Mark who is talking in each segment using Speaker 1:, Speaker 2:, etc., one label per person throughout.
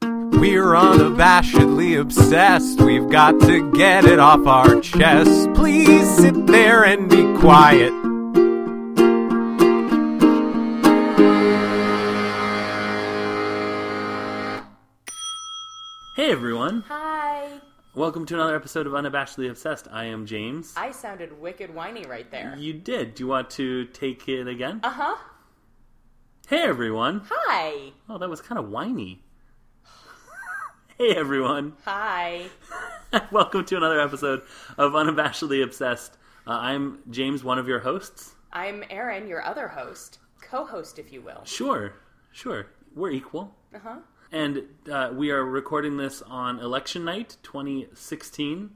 Speaker 1: We're unabashedly obsessed. We've got to get it off our chest. Please sit there and be quiet.
Speaker 2: Hey everyone!
Speaker 3: Hi.
Speaker 2: Welcome to another episode of Unabashedly Obsessed. I am James.
Speaker 3: I sounded wicked whiny right there.
Speaker 2: You did. Do you want to take it again?
Speaker 3: Uh huh.
Speaker 2: hey everyone!
Speaker 3: Hi.
Speaker 2: Oh, that was kind of whiny. hey everyone!
Speaker 3: Hi.
Speaker 2: Welcome to another episode of Unabashedly Obsessed. Uh, I'm James, one of your hosts.
Speaker 3: I'm Erin, your other host, co-host, if you will.
Speaker 2: Sure, sure. We're equal.
Speaker 3: Uh huh.
Speaker 2: And uh, we are recording this on election night 2016.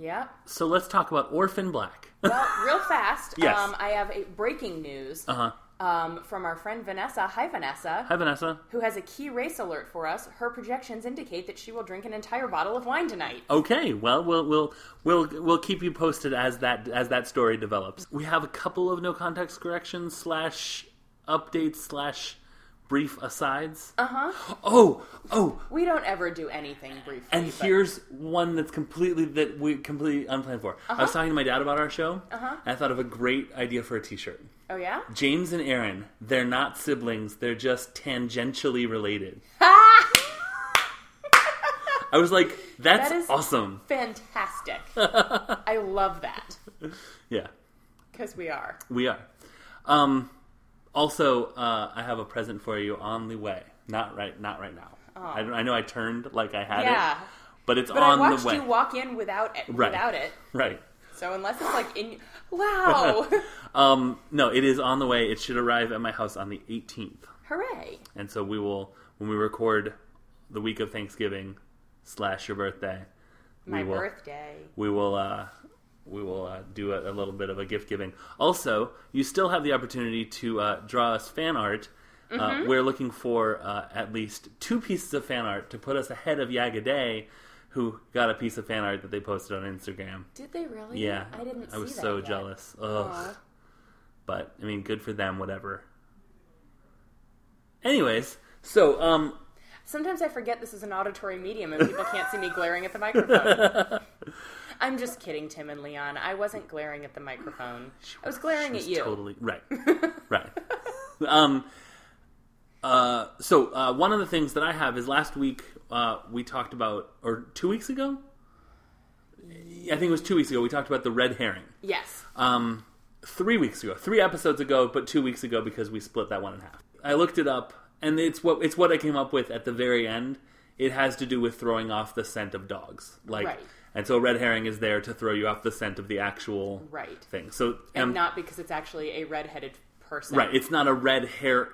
Speaker 3: Yep.
Speaker 2: So let's talk about Orphan Black.
Speaker 3: Well, real fast.
Speaker 2: Yes.
Speaker 3: Um, I have a breaking news.
Speaker 2: Uh-huh.
Speaker 3: Um, from our friend Vanessa. Hi, Vanessa.
Speaker 2: Hi, Vanessa.
Speaker 3: Who has a key race alert for us? Her projections indicate that she will drink an entire bottle of wine tonight.
Speaker 2: Okay, well, we'll we'll we'll we'll keep you posted as that as that story develops. We have a couple of no context corrections slash updates slash brief asides. Uh huh.
Speaker 3: Uh-huh.
Speaker 2: Oh, oh,
Speaker 3: We don't ever do anything briefly.
Speaker 2: and
Speaker 3: but-
Speaker 2: here's one that's completely that we completely unplanned for. I
Speaker 3: Uh-huh.
Speaker 2: was talking to my dad about our show, uh-huh. and I thought of a great idea for a T-shirt.
Speaker 3: oh yeah.
Speaker 2: James and Aaron, they're not siblings; they're just tangentially related. I was like, that's
Speaker 3: That is-
Speaker 2: awesome.
Speaker 3: Fantastic. I love that
Speaker 2: Yeah.
Speaker 3: because we are.
Speaker 2: We are. Um, also, uh, I have a present for you on the way. Not right, not right now. I, I know I turned like I had
Speaker 3: Oh. Yeah.
Speaker 2: it, but it's
Speaker 3: But
Speaker 2: on
Speaker 3: I watched
Speaker 2: the way.
Speaker 3: you walk in without it,
Speaker 2: Right.
Speaker 3: without it.
Speaker 2: right.
Speaker 3: So unless it's like in, wow,
Speaker 2: Um, no, it is on the way. It should arrive at my house on the 18th,
Speaker 3: hooray!
Speaker 2: and so we will when we record the week of Thanksgiving slash your birthday.
Speaker 3: My
Speaker 2: we will,
Speaker 3: birthday.
Speaker 2: we will uh, we will uh, do a, a little bit of a gift giving. Also, you still have the opportunity to uh, draw us fan art. Uh,
Speaker 3: Mm-hmm.
Speaker 2: we're looking for uh, at least two pieces of fan art to put us ahead of Yagaday, who got a piece of fan art that they posted on Instagram.
Speaker 3: Did they really?
Speaker 2: Yeah,
Speaker 3: I didn't. See
Speaker 2: I was
Speaker 3: that
Speaker 2: so
Speaker 3: yet.
Speaker 2: jealous. Ugh.
Speaker 3: Aw.
Speaker 2: But I mean, good for them. Whatever. Anyways, so um,
Speaker 3: Sometimes I forget this is an auditory medium and people can't see me glaring at the microphone. I'm just kidding, Tim and Leon. I wasn't glaring at the microphone. I was glaring at
Speaker 2: She's
Speaker 3: you.
Speaker 2: Totally right, right. um, uh, so uh, one of the things that I have is last week uh, we talked about, or two weeks ago, I think it was two weeks ago. We talked about the red herring.
Speaker 3: Yes.
Speaker 2: Um, three weeks ago, three episodes ago, but two weeks ago because we split that one in half. I looked it up, and it's what it's what I came up with at the very end. It has to do with throwing off the scent of dogs, like,
Speaker 3: Right.
Speaker 2: and so red herring is there to throw you off the scent of the actual
Speaker 3: Right.
Speaker 2: thing. So
Speaker 3: and
Speaker 2: um,
Speaker 3: not because it's actually a redheaded person.
Speaker 2: Right. It's not a red hair.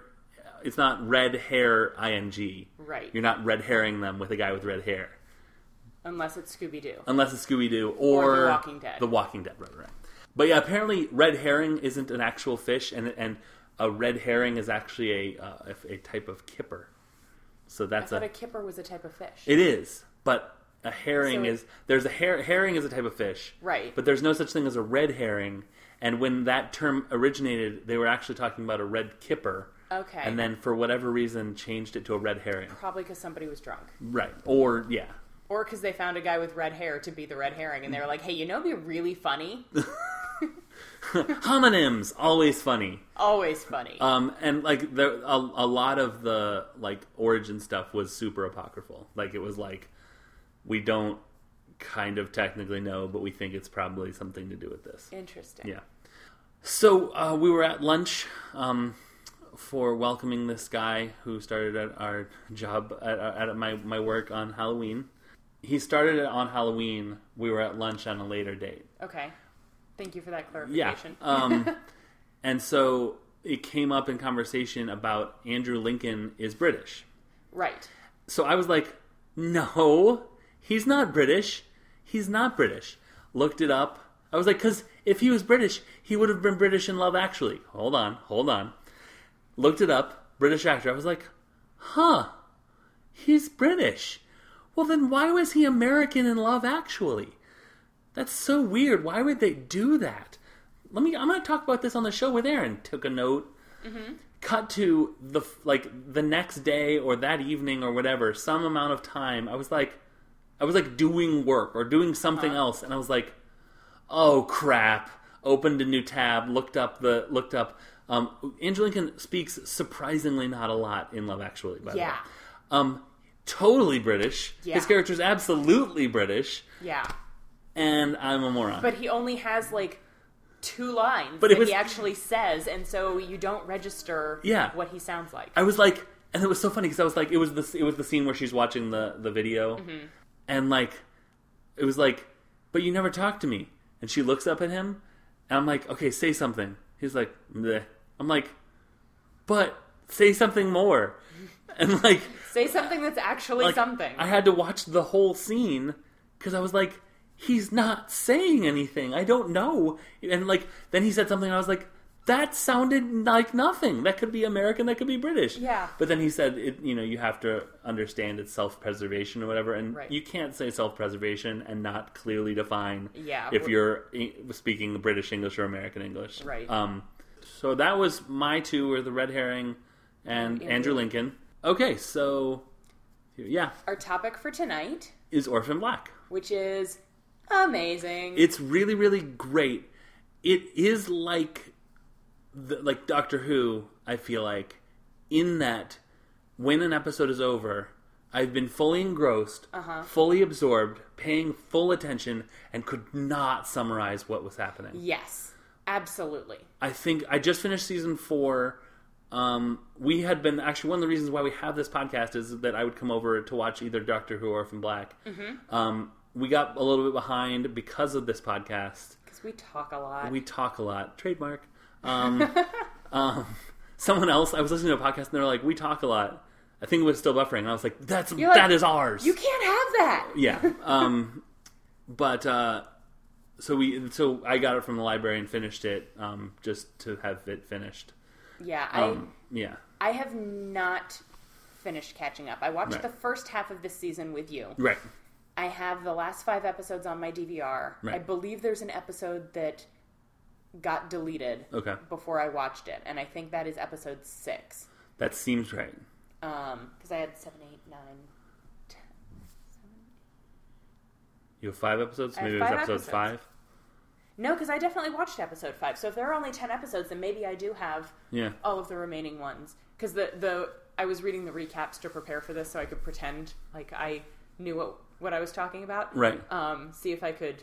Speaker 2: It's not red hair ing.
Speaker 3: Right.
Speaker 2: You're not red herring them with a guy with red hair,
Speaker 3: Unless it's Scooby Doo.
Speaker 2: unless it's Scooby Doo or,
Speaker 3: Or The Walking Dead.
Speaker 2: The Walking Dead. Right. Right. But yeah, apparently red herring isn't an actual fish, and and a red herring is actually a uh, a, a type of kipper. So
Speaker 3: I
Speaker 2: that's
Speaker 3: thought
Speaker 2: a.
Speaker 3: a kipper was a type of fish.
Speaker 2: It is, but a herring
Speaker 3: So it-
Speaker 2: is there's a her, herring is a type of fish,
Speaker 3: Right.
Speaker 2: But there's no such thing as a red herring. And when that term originated, they were actually talking about a red kipper.
Speaker 3: Okay.
Speaker 2: And then for whatever reason, changed it to a red herring.
Speaker 3: Probably because somebody was drunk.
Speaker 2: Right. Or yeah.
Speaker 3: Or because they found a guy with red hair to be the red herring, and they were like, "Hey, you know, it'd be really funny.
Speaker 2: Homonyms always funny.
Speaker 3: Always funny."
Speaker 2: Um, and like there, a, a lot of the like origin stuff was super apocryphal. Like it was like we don't kind of technically know, but we think it's probably something to do with this.
Speaker 3: Interesting.
Speaker 2: Yeah. So uh, we were at lunch um, for welcoming this guy who started at our job at, uh, at my my work on Halloween. He started it on Halloween. We were at lunch on a later date.
Speaker 3: Okay. Thank you for that
Speaker 2: Yeah.
Speaker 3: clarification.
Speaker 2: Um, and so it came up in conversation about Andrew Lincoln is British.
Speaker 3: right.
Speaker 2: So I was like, no, he's not British. He's not British. Looked it up. I was like, because if he was British, he would have been British in Love Actually. Hold on, hold on. Looked it up. British actor. I was like, huh, he's British. Well, then why was he American in Love Actually? That's so weird. Why would they do that? Let me. I'm going to talk about this on the show with Aaron. Took a note. cut to the f- like the next day or that evening or whatever, some amount of time. I was like, I was like doing work or doing something else, and I was like, oh crap! Opened a new tab, looked up the looked up. Um, Angela Lincoln speaks surprisingly not a lot in Love Actually. By the
Speaker 3: Yeah.
Speaker 2: way. um, totally British.
Speaker 3: Yeah.
Speaker 2: His character's absolutely British,
Speaker 3: Yeah.
Speaker 2: and I'm a moron.
Speaker 3: But he only has like two lines
Speaker 2: But it
Speaker 3: that
Speaker 2: was-
Speaker 3: he actually says, and so you don't register
Speaker 2: Yeah.
Speaker 3: what he sounds like.
Speaker 2: I was like, and it was so funny because I was like, it was the it was the scene where she's watching the the video,
Speaker 3: Mm-hmm.
Speaker 2: and like, it was like, but you never talk to me. And she looks up at him, and I'm like, okay, say something. He's like, Bleh. I'm like, but say something more. And like,
Speaker 3: Say something that's actually
Speaker 2: like,
Speaker 3: something.
Speaker 2: I had to watch the whole scene because I was like, he's not saying anything. I don't know. And like, then he said something, and I was like, that sounded like nothing. That could be American. That could be British.
Speaker 3: Yeah.
Speaker 2: But then he said, it, you know, you have to understand it's self-preservation or whatever, and
Speaker 3: Right.
Speaker 2: you can't say self-preservation and not clearly define
Speaker 3: Yeah.
Speaker 2: if you're en- speaking British English or American English.
Speaker 3: Right.
Speaker 2: Um, so that was my two were the red herring and
Speaker 3: Andrew.
Speaker 2: Andrew Lincoln. Okay, so yeah,
Speaker 3: Our topic for tonight,
Speaker 2: is Orphan Black.
Speaker 3: which is amazing.
Speaker 2: It's really really great. It is like the, like Doctor Who, I feel like in that when an episode is over, I've been fully engrossed, fully absorbed, paying full attention and could not summarize what was happening.
Speaker 3: yes, absolutely.
Speaker 2: I think I just finished season four. Um, we had been actually one of the reasons why we have this podcast is that I would come over to watch either Doctor Who or Orphan Black.
Speaker 3: Mm-hmm.
Speaker 2: Um, we got a little bit behind because of this podcast.
Speaker 3: Because we talk a lot.
Speaker 2: We talk a lot. Trademark. Um, um, someone else. I was listening to a podcast and they're like, "We talk a lot." I think it was still buffering. And I was like, "That's that is
Speaker 3: like,
Speaker 2: ours."
Speaker 3: you can't have that.
Speaker 2: yeah. Um, but uh, so we so I got it from the library and finished it um, just to have it finished.
Speaker 3: Yeah,
Speaker 2: Um, yeah,
Speaker 3: I, I have not finished catching up. I watched
Speaker 2: Right.
Speaker 3: the first half of this season with you.
Speaker 2: right.
Speaker 3: I have the last five episodes on my DVR.
Speaker 2: Right.
Speaker 3: I believe there's an episode that got deleted
Speaker 2: Okay,
Speaker 3: before I watched it, and I think that is episode six.
Speaker 2: that seems right.
Speaker 3: Because I had seven, eight, nine.
Speaker 2: You have five episodes.
Speaker 3: I have
Speaker 2: Maybe it was
Speaker 3: five
Speaker 2: episode
Speaker 3: episodes.
Speaker 2: five.
Speaker 3: No, because I definitely watched episode five. So if there are only ten episodes, then maybe I do have
Speaker 2: Yeah.
Speaker 3: all of the remaining ones. Because the the I was reading the recaps to prepare for this, so I could pretend like I knew what what I was talking about.
Speaker 2: Right.
Speaker 3: Um, see if I could,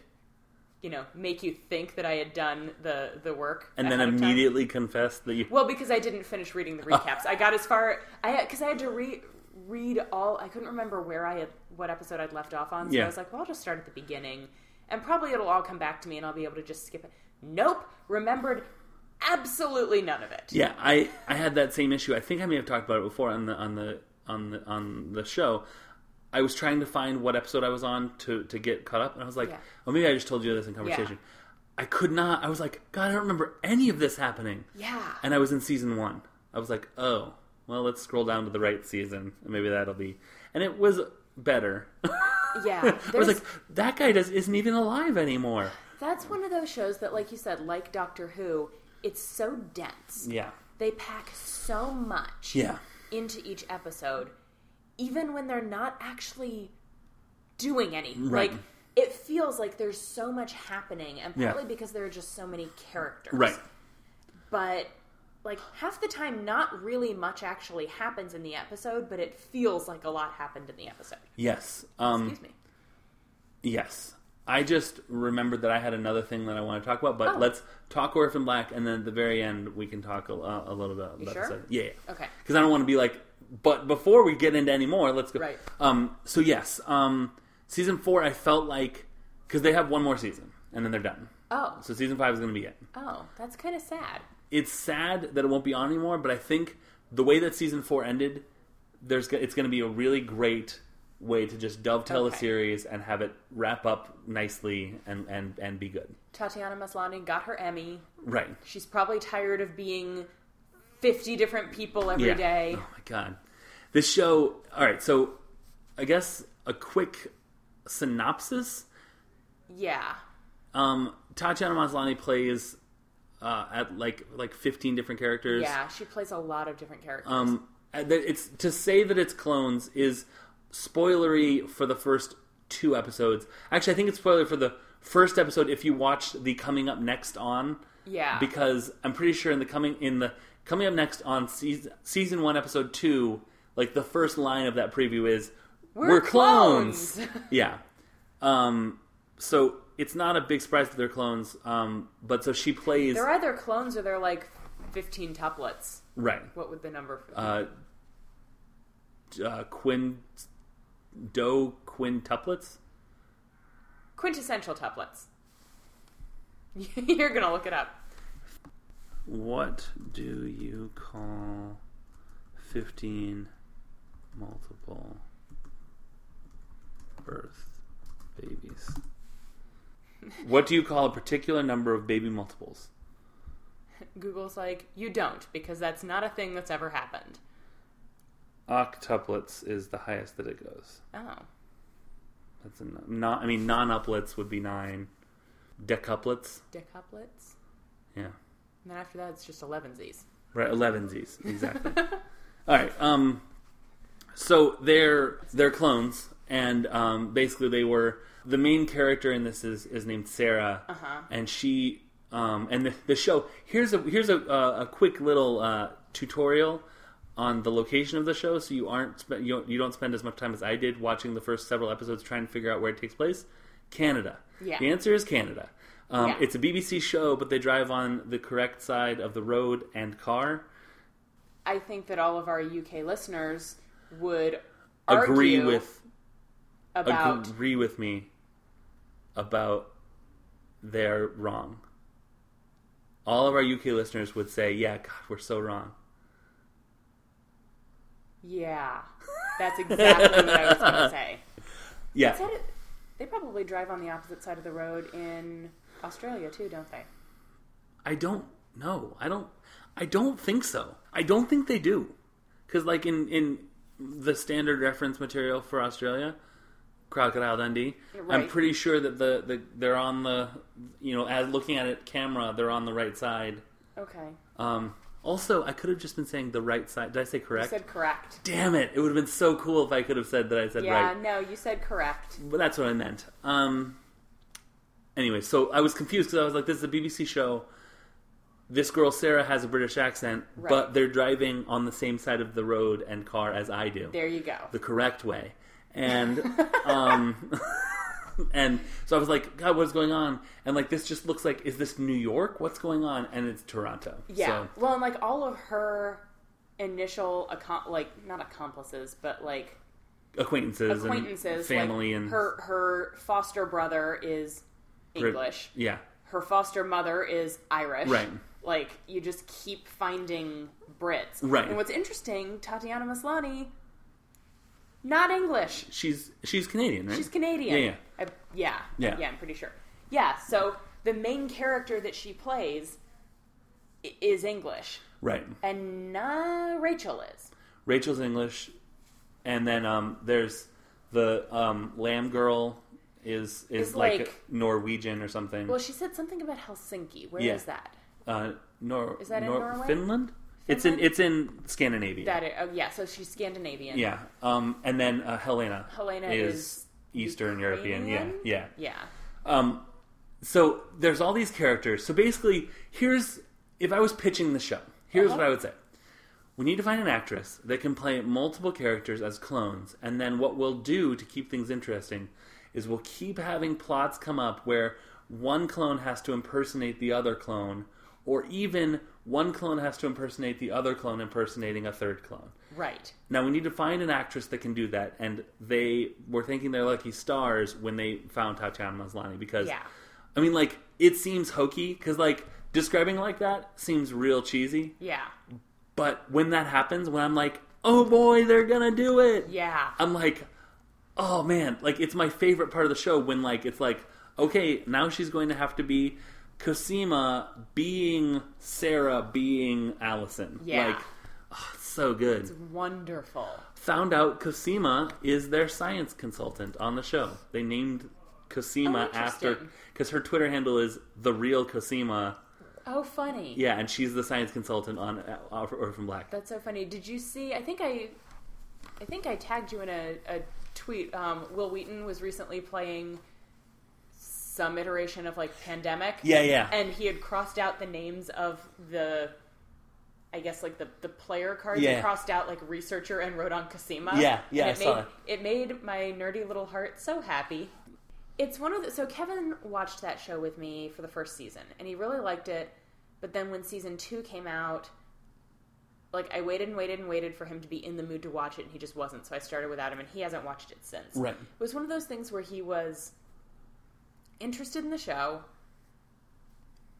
Speaker 3: you know, make you think that I had done the the work.
Speaker 2: And then Ah.
Speaker 3: ahead of time.
Speaker 2: immediately confessed that you.
Speaker 3: Well, because I didn't finish reading the recaps. I got as far I because I had to re read all. I couldn't remember where I had what episode I'd left off on, so
Speaker 2: Yeah.
Speaker 3: I was like, well, I'll just start at the beginning, and probably it'll all come back to me, and I'll be able to just skip it. Nope, remembered absolutely none of it.
Speaker 2: Yeah, I I had that same issue. I think I may have talked about it before on the on the on the on the show. I was trying to find what episode I was on to to get caught up, and I was like,
Speaker 3: Yeah.
Speaker 2: oh, maybe I just told you this in conversation. I could not. I was like, God, I don't remember any of this happening.
Speaker 3: Yeah.
Speaker 2: And I was in season one. I was like, oh, well, let's scroll down to the right season, and maybe that'll be. And it was better.
Speaker 3: Yeah,
Speaker 2: I was
Speaker 3: there's-
Speaker 2: like, that guy does isn't even alive anymore.
Speaker 3: That's one of those shows that, like you said, like Doctor Who, it's so dense.
Speaker 2: Yeah.
Speaker 3: They pack so much
Speaker 2: Yeah.
Speaker 3: into each episode, even when they're not actually doing anything.
Speaker 2: Right.
Speaker 3: Like, it feels like there's so much happening, and
Speaker 2: Yeah.
Speaker 3: partly because there are just so many characters.
Speaker 2: Right.
Speaker 3: But, like, half the time, not really much actually happens in the episode, but it feels like a lot happened in the episode.
Speaker 2: Yes. Um,
Speaker 3: Excuse me.
Speaker 2: Yes. I just remembered that I had another thing that I want to talk about, but
Speaker 3: Oh.
Speaker 2: let's talk Orphan Black, and then at the very end we can talk a, uh, a little bit about
Speaker 3: sure?
Speaker 2: that. Yeah.
Speaker 3: Okay.
Speaker 2: Because I don't want to be like, but before we get into any more, let's go.
Speaker 3: Right.
Speaker 2: Um. So yes. Um. Season four, I felt like because they have one more season and then they're done.
Speaker 3: Oh.
Speaker 2: So season five is going to be it.
Speaker 3: Oh, that's kind of sad.
Speaker 2: It's sad that it won't be on anymore, but I think the way that season four ended, there's go- it's going to be a really great way to just dovetail the
Speaker 3: Okay.
Speaker 2: series and have it wrap up nicely and and and be good.
Speaker 3: Tatiana Maslany got her Emmy.
Speaker 2: Right.
Speaker 3: She's probably tired of being 50 different people every
Speaker 2: Yeah.
Speaker 3: day.
Speaker 2: Oh my god. This show. All right. So, I guess a quick synopsis.
Speaker 3: Yeah.
Speaker 2: Um, Tatiana Maslany plays uh, at like like 15 different characters.
Speaker 3: Yeah, she plays a lot of different characters.
Speaker 2: Um, and that it's to say that it's clones is spoilery for the first two episodes. Actually, I think it's spoiler for the first episode if you watch the coming up next on.
Speaker 3: Yeah.
Speaker 2: Because I'm pretty sure in the coming in the coming up next on season season one episode two, like the first line of that preview is
Speaker 3: We're clones."
Speaker 2: yeah. Um. So it's not a big surprise that they're clones. Um. But so she plays
Speaker 3: they're either clones or they're like 15 tuplets.
Speaker 2: right.
Speaker 3: What would the number for
Speaker 2: uh, uh, quin do quintuplets.
Speaker 3: quintessential tuplets? You're going to look it up.
Speaker 2: What do you call fifteen multiple birth babies? what do you call a particular number of baby multiples?
Speaker 3: Google's like, you don't, because that's not a thing that's ever happened.
Speaker 2: Octuplets is the highest that it goes.
Speaker 3: Oh.
Speaker 2: That's a n- not. I mean, non-uplets would be nine. Decuplets,
Speaker 3: Decuplets?
Speaker 2: yeah.
Speaker 3: And then after that, it's just elevensies.
Speaker 2: Right, elevensies exactly. All right. Um, so they're they're clones, and um, basically they were the main character in this is is named Sarah, uh-huh. and she um, and the, the show here's a here's a uh, a quick little uh, tutorial on the location of the show, so you aren't spe- you don't, you don't spend as much time as I did watching the first several episodes trying to figure out where it takes place. Canada.
Speaker 3: Yeah.
Speaker 2: The answer is Canada. Um,
Speaker 3: Yeah.
Speaker 2: It's a BBC show, but they drive on the correct side of the road and car.
Speaker 3: I think that all of our UK listeners would
Speaker 2: agree
Speaker 3: argue
Speaker 2: with
Speaker 3: about
Speaker 2: agree with me about they're wrong. All of our UK listeners would say, "Yeah, God, we're so wrong."
Speaker 3: yeah. That's exactly what I was going to say.
Speaker 2: Yeah,
Speaker 3: Said it- They probably drive on the opposite side of the road in Australia too, don't they?
Speaker 2: I don't know. I don't. I don't think so. I don't think they do, because like in in the standard reference material for Australia, Crocodile Dundee. I'm
Speaker 3: right.
Speaker 2: pretty sure that the, the they're on the you know as looking at it camera they're on the right side.
Speaker 3: Okay.
Speaker 2: Um, also, I could have just been saying the right side. Did I say
Speaker 3: You
Speaker 2: correct?
Speaker 3: said correct.
Speaker 2: Damn it! It would have been so cool if I could have said that I said
Speaker 3: Yeah,
Speaker 2: right.
Speaker 3: no, you said correct.
Speaker 2: But that's what I meant. Um. Anyway, so I was confused because I was like, "This is a BBC show. This girl Sarah has a British accent,
Speaker 3: Right.
Speaker 2: but they're driving on the same side of the road and car as I do,
Speaker 3: There you go.
Speaker 2: the correct way." And um, and so I was like, "God, what's going on?" And like, this just looks like—is this New York? What's going on? And it's Toronto.
Speaker 3: Yeah.
Speaker 2: So-
Speaker 3: Well, and like all of her initial accom- like not accomplices, but like
Speaker 2: acquaintances, and
Speaker 3: acquaintances,
Speaker 2: family,
Speaker 3: like
Speaker 2: and
Speaker 3: her her foster brother is
Speaker 2: Brit-
Speaker 3: English.
Speaker 2: Yeah,
Speaker 3: Her foster mother is Irish.
Speaker 2: Right.
Speaker 3: Like you just keep finding Brits.
Speaker 2: Right.
Speaker 3: And what's interesting, Tatiana Maslany, not English.
Speaker 2: she's she's Canadian, right?
Speaker 3: She's Canadian.
Speaker 2: Yeah, yeah.
Speaker 3: I, yeah.
Speaker 2: Yeah.
Speaker 3: I'm pretty sure. Yeah. So the main character that she plays i- is English.
Speaker 2: Right.
Speaker 3: and uh, Rachel is.
Speaker 2: Rachel's English, and then um, there's the um, lamb girl is is
Speaker 3: Is
Speaker 2: like,
Speaker 3: like-
Speaker 2: Norwegian or something.
Speaker 3: Well, she said something about Helsinki. Where is
Speaker 2: Yeah.
Speaker 3: that?
Speaker 2: uh, nor
Speaker 3: is that in
Speaker 2: nor-
Speaker 3: Norway?
Speaker 2: Finland? It's in
Speaker 3: Finland?
Speaker 2: it's in Scandinavia.
Speaker 3: That it, oh yeah, so she's Scandinavian.
Speaker 2: yeah. Um, and then uh, Helena.
Speaker 3: Helena is
Speaker 2: Eastern European. Yeah.
Speaker 3: Ukrainian?
Speaker 2: Yeah.
Speaker 3: Yeah.
Speaker 2: Um, so there's all these characters. So basically, here's if I was pitching the show, here's
Speaker 3: Uh-huh.
Speaker 2: what I would say. We need to find an actress that can play multiple characters as clones, and then what we'll do to keep things interesting is we'll keep having plots come up where one clone has to impersonate the other clone, or even one clone has to impersonate the other clone impersonating a third clone.
Speaker 3: Right.
Speaker 2: Now we need to find an actress that can do that, and they were thinking they're lucky stars when they found Tatiana Maslany because,
Speaker 3: Yeah.
Speaker 2: I mean, like it seems hokey because like describing it like that seems real cheesy,
Speaker 3: Yeah.
Speaker 2: but when that happens, when I'm like, oh boy, they're gonna do it,
Speaker 3: Yeah.
Speaker 2: I'm like, oh man, like it's my favorite part of the show when like it's like, okay, now she's going to have to be Cosima being Sarah being Allison,
Speaker 3: Yeah.
Speaker 2: like, oh, it's so good
Speaker 3: Wonderful.
Speaker 2: found out Cosima is their science consultant on the show. They named
Speaker 3: Oh,
Speaker 2: Cosima
Speaker 3: interesting.
Speaker 2: after because her Twitter handle is the real Cosima
Speaker 3: Oh, funny.
Speaker 2: Yeah, and she's the science consultant on uh, Orph- Orphan Black.
Speaker 3: That's so funny. Did you see? I think I, I think I tagged you in a, a tweet. Um, Will Wheaton was recently playing some iteration of like Pandemic.
Speaker 2: Yeah, yeah.
Speaker 3: And he had crossed out the names of the, I guess like the the player cards.
Speaker 2: Yeah.
Speaker 3: He crossed out like researcher and wrote on Cosima.
Speaker 2: Yeah, yeah,
Speaker 3: And it
Speaker 2: I saw
Speaker 3: made it made my nerdy little heart so happy. It's one of the so Kevin watched that show with me for the first season and he really liked it, but then when season two came out, like I waited and waited and waited for him to be in the mood to watch it and he just wasn't, so I started without him and he hasn't watched it since.
Speaker 2: Right.
Speaker 3: It was one of those things where he was interested in the show,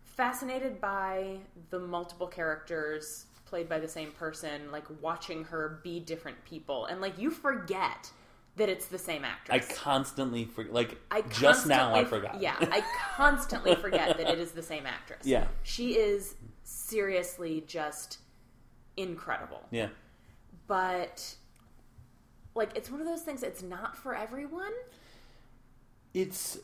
Speaker 3: fascinated by the multiple characters played by the same person, like watching her be different people, and like you forget that it's the same
Speaker 2: I
Speaker 3: actress.
Speaker 2: constantly for like
Speaker 3: I
Speaker 2: just now I
Speaker 3: constantly-
Speaker 2: forgot.
Speaker 3: Yeah, I constantly forget that it is the same actress.
Speaker 2: Yeah.
Speaker 3: she is seriously just incredible.
Speaker 2: yeah,
Speaker 3: But like, it's one of those things. It's not for everyone.
Speaker 2: it's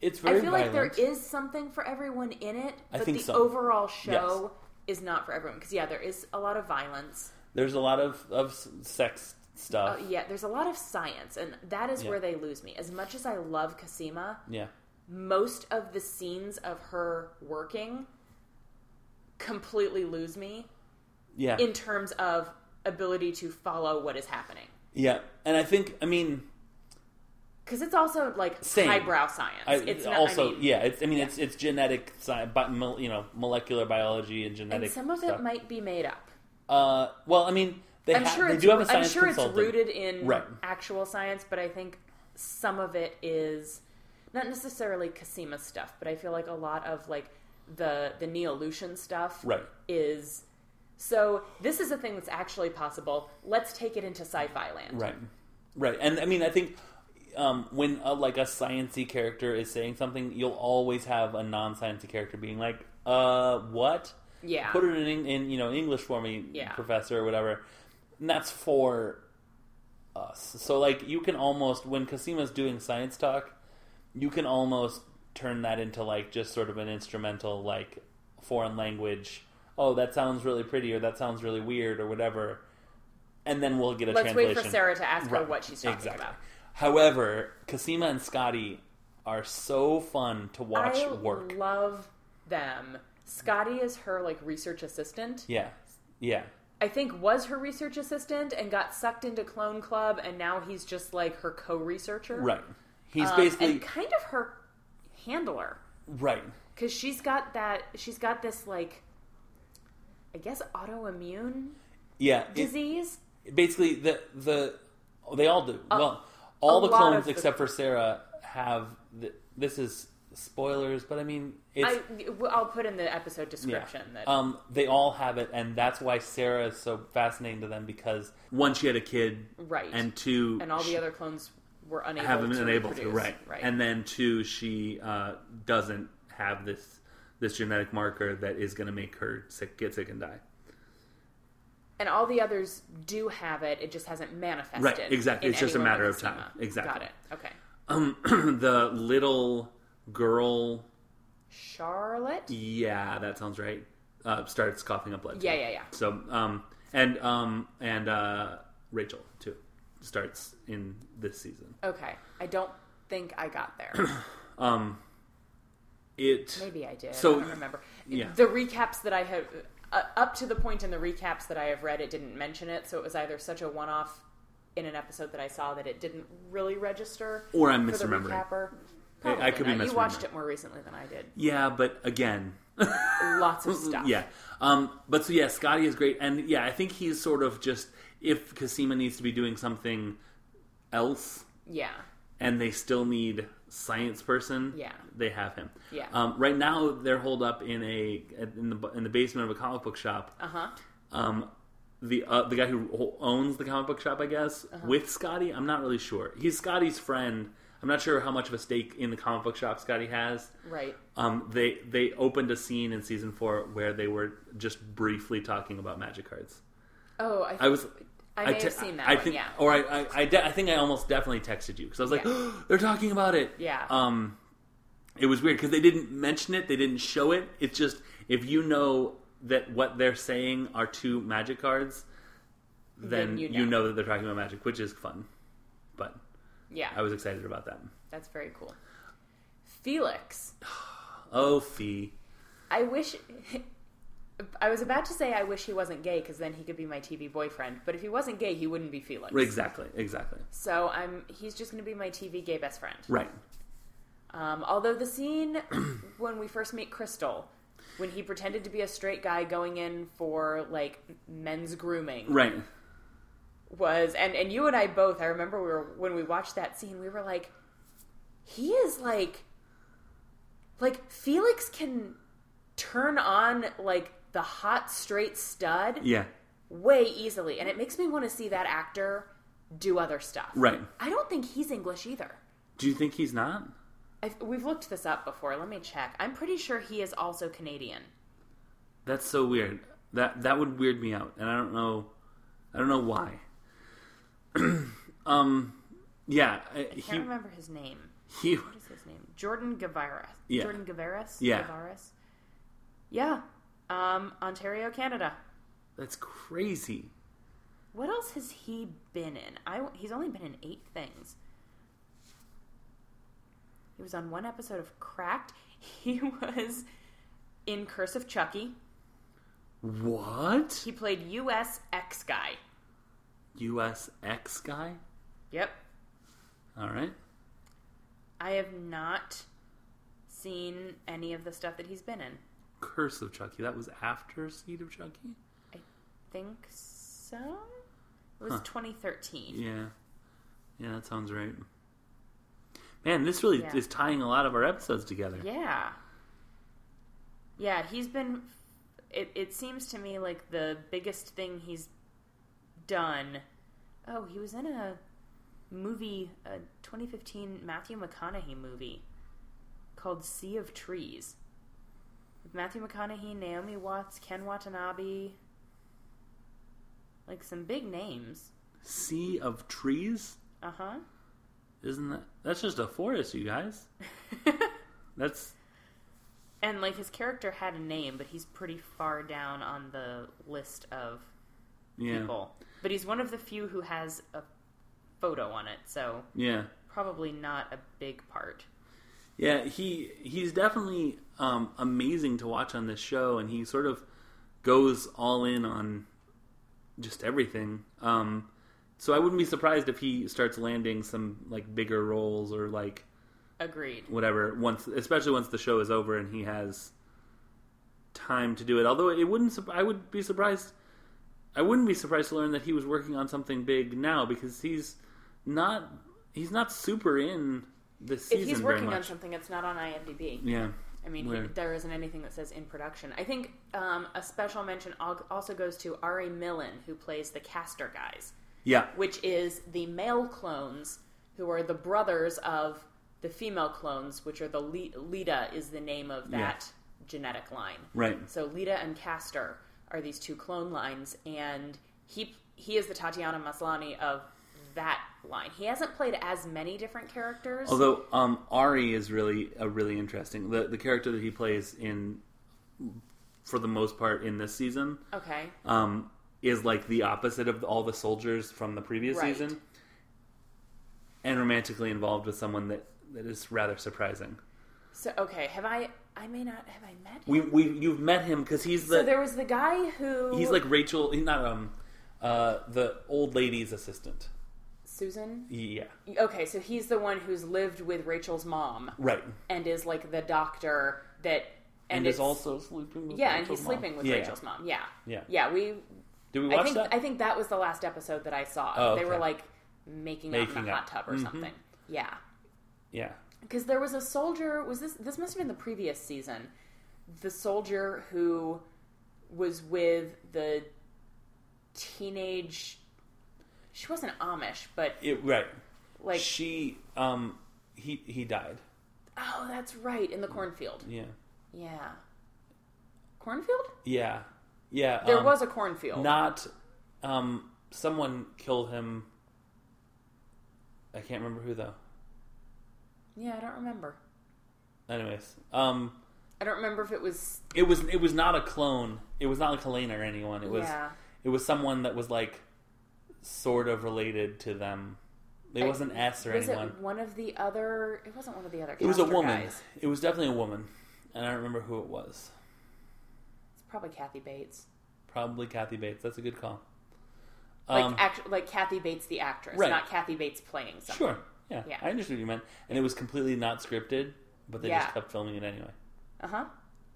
Speaker 2: it's
Speaker 3: I
Speaker 2: very
Speaker 3: feel
Speaker 2: violent.
Speaker 3: like there is something for everyone in it,
Speaker 2: I
Speaker 3: but
Speaker 2: think
Speaker 3: the
Speaker 2: so.
Speaker 3: overall show is not for everyone because yeah, there is a lot of violence.
Speaker 2: There's a lot of of s- sex
Speaker 3: Uh,
Speaker 2: stuff.
Speaker 3: yeah, there's a lot of science, and that is
Speaker 2: Yeah.
Speaker 3: where they lose me. As much as I love Cosima,
Speaker 2: yeah,
Speaker 3: most of the scenes of her working completely lose me
Speaker 2: yeah.
Speaker 3: in terms of ability to follow what is happening.
Speaker 2: Yeah, and I think I mean
Speaker 3: Because it's also like
Speaker 2: Same.
Speaker 3: highbrow science.
Speaker 2: I,
Speaker 3: it's not,
Speaker 2: also
Speaker 3: I mean,
Speaker 2: yeah. It's I mean it's it's genetic science, but mo- you know molecular biology and genetic.
Speaker 3: and some of
Speaker 2: stuff.
Speaker 3: it might be made up.
Speaker 2: Uh, well, I mean they,
Speaker 3: I'm
Speaker 2: ha-
Speaker 3: sure
Speaker 2: they
Speaker 3: it's
Speaker 2: do have a
Speaker 3: ru-
Speaker 2: science
Speaker 3: I'm sure
Speaker 2: consultant.
Speaker 3: it's rooted in
Speaker 2: Right.
Speaker 3: actual science, but I think some of it is not necessarily Casima stuff, but I feel like a lot of like the the Neolutian stuff
Speaker 2: Right.
Speaker 3: is so this is a thing that's actually possible. Let's take it into sci-fi land.
Speaker 2: Right, right, and I mean I think um, when a, like a sciency character is saying something, you'll always have a non-sciency character being like, "Uh, what?
Speaker 3: Yeah.
Speaker 2: Put it in, Eng- in you know English for me,
Speaker 3: Yeah.
Speaker 2: professor or whatever." And that's for us. So like you can almost when Casima's doing science talk, you can almost turn that into like just sort of an instrumental like foreign language. Oh, that sounds really pretty, or that sounds really weird, or whatever. And then we'll get a
Speaker 3: Let's wait
Speaker 2: translation.
Speaker 3: for Sarah to ask her
Speaker 2: Right,
Speaker 3: what she's talking about.
Speaker 2: However, Cosima and Scotty are so fun to watch
Speaker 3: I
Speaker 2: work.
Speaker 3: love them. Scotty is her like research assistant.
Speaker 2: yeah, yeah,
Speaker 3: I think was her research assistant and got sucked into Clone Club, and now he's just like her co-researcher,
Speaker 2: right. He's
Speaker 3: Um,
Speaker 2: basically
Speaker 3: and kind of her handler
Speaker 2: right.
Speaker 3: because she's got that. She's got this like, I guess autoimmune
Speaker 2: Yeah, it-
Speaker 3: disease.
Speaker 2: basically the the oh, they all do. well, all
Speaker 3: a
Speaker 2: the
Speaker 3: lot
Speaker 2: clones
Speaker 3: of the-
Speaker 2: except for Sarah have. The, this is spoilers, but I mean it's.
Speaker 3: I, will put in the episode
Speaker 2: yeah.
Speaker 3: description that
Speaker 2: Um, they all have it, and that's why Sarah is so fascinating to them because one, she had a kid,
Speaker 3: right
Speaker 2: and two,
Speaker 3: and all
Speaker 2: she-
Speaker 3: the other clones were unable
Speaker 2: haven't
Speaker 3: to
Speaker 2: been able to
Speaker 3: reproduce.
Speaker 2: right.
Speaker 3: right
Speaker 2: and then two she uh, doesn't have this this genetic marker that is going to make her sick get sick and die
Speaker 3: and all the others do have it. It just hasn't manifested.
Speaker 2: Right, exactly.
Speaker 3: in
Speaker 2: It's just a
Speaker 3: anyone
Speaker 2: matter
Speaker 3: with
Speaker 2: of time.
Speaker 3: eczema.
Speaker 2: Exactly.
Speaker 3: Got it. Okay.
Speaker 2: um the little girl
Speaker 3: Charlotte.
Speaker 2: yeah that sounds right uh, starts coughing up blood too.
Speaker 3: Yeah, yeah, yeah.
Speaker 2: so um and um and uh rachel too starts in this season
Speaker 3: Okay. I don't think I got there.
Speaker 2: it
Speaker 3: Maybe I did.
Speaker 2: So-
Speaker 3: I don't remember.
Speaker 2: yeah.
Speaker 3: The recaps that I have uh, up to the point in the recaps that I have read, it didn't mention it, so it was either such a one-off in an episode that I saw that it didn't really register,
Speaker 2: Or I'm
Speaker 3: for the
Speaker 2: misremembering.
Speaker 3: recapper.
Speaker 2: I- I could be
Speaker 3: Probably not. You watched
Speaker 2: misremembering.
Speaker 3: it more recently than I did.
Speaker 2: yeah but again
Speaker 3: Lots of stuff.
Speaker 2: Yeah. Um, but so yeah, Scotty is great, and yeah, I think he's sort of just if Kasima needs to be doing something else,
Speaker 3: Yeah.
Speaker 2: and they still need science person,
Speaker 3: Yeah.
Speaker 2: they have him.
Speaker 3: Yeah.
Speaker 2: Um, right now, they're holed up in a in the in the basement of a comic book shop.
Speaker 3: Uh huh.
Speaker 2: Um, the uh, the guy who owns the comic book shop, I guess, with Scotty. I'm not really sure. He's Scotty's friend. I'm not sure how much of a stake in the comic book shop Scotty has.
Speaker 3: Right.
Speaker 2: Um, they they opened a scene in season four where they were just briefly talking about magic cards.
Speaker 3: Oh, I,
Speaker 2: I was.
Speaker 3: I may
Speaker 2: te-
Speaker 3: have seen that
Speaker 2: I
Speaker 3: one,
Speaker 2: think, oh.
Speaker 3: yeah.
Speaker 2: Or I, I, I, de- I think I almost definitely texted you because I was like,
Speaker 3: Yeah.
Speaker 2: they're talking about it.
Speaker 3: Yeah.
Speaker 2: Um, it was weird because they didn't mention it, they didn't show it. It's just If you know that what they're saying are two magic cards, then,
Speaker 3: Then you
Speaker 2: you, know. that they're talking about magic, which is fun. But
Speaker 3: Yeah,
Speaker 2: I was excited about that.
Speaker 3: that's very cool. Felix,
Speaker 2: Oh, Fee.
Speaker 3: I wish. I was about to say I wish he wasn't gay because then he could be my TV boyfriend. But if he wasn't gay, he wouldn't be Felix.
Speaker 2: Exactly, exactly.
Speaker 3: So I'm. He's just going to be my TV gay best friend.
Speaker 2: Right.
Speaker 3: Um, although the scene when we first meet Crystal, when he pretended to be a straight guy going in for like men's grooming,
Speaker 2: Right.
Speaker 3: was and and you and I both. I remember we were when we watched that scene, we were like, he is like, like Felix can turn on like the hot straight stud
Speaker 2: Yeah.
Speaker 3: way easily, and it makes me want to see that actor do other stuff.
Speaker 2: Right.
Speaker 3: I don't think he's English either.
Speaker 2: Do you think he's not?
Speaker 3: I've, we've looked this up before. Let me check. I'm pretty sure he is also Canadian.
Speaker 2: That's so weird. That that would weird me out, and I don't know, I don't know why. um, yeah, I-
Speaker 3: I can't
Speaker 2: he
Speaker 3: remember his name.
Speaker 2: he
Speaker 3: What is his name? Jordan Guevara.
Speaker 2: Yeah.
Speaker 3: Jordan Guevaras.
Speaker 2: Yeah.
Speaker 3: Guevaras? Yeah. Um, Ontario, Canada.
Speaker 2: That's crazy.
Speaker 3: What else has he been in? I he's only been in eight things. He was on one episode of Cracked. He was in Curse of Chucky.
Speaker 2: What?
Speaker 3: He played U.S. X guy.
Speaker 2: USX guy?
Speaker 3: Yep.
Speaker 2: All right.
Speaker 3: I have not seen any of the stuff that he's been in.
Speaker 2: Curse of Chucky. That was after Seed of Chucky?
Speaker 3: I think so. It was
Speaker 2: Huh.
Speaker 3: 2013.
Speaker 2: Yeah. Yeah, that sounds right. Man, this really
Speaker 3: Yeah.
Speaker 2: is tying a lot of our episodes together.
Speaker 3: Yeah. Yeah, he's been. It, it seems to me like the biggest thing he's done. Oh, he was in a movie, a 2015 Matthew McConaughey movie called Sea of Trees. With Matthew McConaughey, Naomi Watts, Ken Watanabe. Like some big names.
Speaker 2: Sea of Trees?
Speaker 3: Uh huh.
Speaker 2: Isn't that That's just a forest, you guys. That's
Speaker 3: And like his character had a name, but he's pretty far down on the list of
Speaker 2: yeah.
Speaker 3: people. But he's one of the few who has a photo on it, so
Speaker 2: Yeah.
Speaker 3: probably not a big part.
Speaker 2: Yeah, he he's definitely um, amazing to watch on this show, and he sort of goes all in on just everything. Um, so I wouldn't be surprised if he starts landing some like bigger roles or like
Speaker 3: Agreed.
Speaker 2: whatever once, especially once the show is over and he has time to do it. Although it wouldn't, sup- I would be surprised. I wouldn't be surprised to learn that he was working on something big now because he's not he's not super in this season.
Speaker 3: If he's
Speaker 2: very
Speaker 3: working
Speaker 2: much.
Speaker 3: on something that's not on IMDb,
Speaker 2: Yeah.
Speaker 3: I mean, he,
Speaker 2: Weird.
Speaker 3: there isn't anything that says in production. I think um, a special mention al- also goes to Ari Millen, who plays the Caster guys,
Speaker 2: Yeah.
Speaker 3: which is the male clones who are the brothers of the female clones, which are the Le- Lita is the name of
Speaker 2: Yeah.
Speaker 3: that genetic line.
Speaker 2: Right.
Speaker 3: So Lita and Castor are these two clone lines, and he he is the Tatiana Maslany of that line. He hasn't played as many different characters.
Speaker 2: Although um, Ari is really a really interesting the the character that he plays in for the most part in this season
Speaker 3: okay,
Speaker 2: um, is like the opposite of all the soldiers from the previous
Speaker 3: Right.
Speaker 2: season and romantically involved with someone that that is rather surprising.
Speaker 3: so okay, have I? I may not have I met him.
Speaker 2: We we you've met him cuz he's the
Speaker 3: so there was the guy who
Speaker 2: he's like Rachel he's not um uh the old lady's assistant.
Speaker 3: Susan.
Speaker 2: Yeah.
Speaker 3: Okay, so he's the one who's lived with Rachel's mom
Speaker 2: Right.
Speaker 3: and is like the doctor that and,
Speaker 2: And, is
Speaker 3: it's-
Speaker 2: also sleeping with
Speaker 3: yeah, and
Speaker 2: Rachel's
Speaker 3: he's
Speaker 2: mom.
Speaker 3: sleeping with
Speaker 2: Yeah.
Speaker 3: Rachel's mom. Yeah,
Speaker 2: Yeah.
Speaker 3: yeah. We
Speaker 2: Did we watch
Speaker 3: I think
Speaker 2: that?
Speaker 3: I think that was the last episode that I saw.
Speaker 2: Oh,
Speaker 3: They were
Speaker 2: okay.
Speaker 3: like making, out in
Speaker 2: Making
Speaker 3: a hot
Speaker 2: out.
Speaker 3: tub or
Speaker 2: Mhm.
Speaker 3: something. Yeah,
Speaker 2: yeah.
Speaker 3: because there was a soldier. Was this this must have been the previous season? The soldier who was with the teenage. She wasn't Amish, but
Speaker 2: It, right.
Speaker 3: like
Speaker 2: she um he he died.
Speaker 3: oh, that's right in the cornfield.
Speaker 2: Yeah.
Speaker 3: Yeah, cornfield.
Speaker 2: Yeah. Yeah.
Speaker 3: There
Speaker 2: um,
Speaker 3: was a cornfield.
Speaker 2: not um someone killed him. I can't remember who though.
Speaker 3: yeah, I don't remember.
Speaker 2: Anyways, um
Speaker 3: I don't remember if it was
Speaker 2: It was it was not a clone. It was not like Helene or anyone. It was
Speaker 3: yeah.
Speaker 2: it was someone that was like sort of related to them. It
Speaker 3: I-
Speaker 2: wasn't S or
Speaker 3: was
Speaker 2: anyone.
Speaker 3: it one of the other? It wasn't one of the other.
Speaker 2: It was a
Speaker 3: Castor
Speaker 2: woman.
Speaker 3: guys.
Speaker 2: It was definitely a woman, and I don't remember who it was.
Speaker 3: It's probably Kathy Bates.
Speaker 2: Probably Kathy Bates. That's a good call.
Speaker 3: Like
Speaker 2: Um,
Speaker 3: act, like Kathy Bates the actress,
Speaker 2: Right.
Speaker 3: not Kathy Bates playing someone.
Speaker 2: sure. Yeah.
Speaker 3: Yeah.
Speaker 2: I understood what you meant, and it was completely not scripted, but they
Speaker 3: Yeah.
Speaker 2: just kept filming it anyway.
Speaker 3: Uh huh.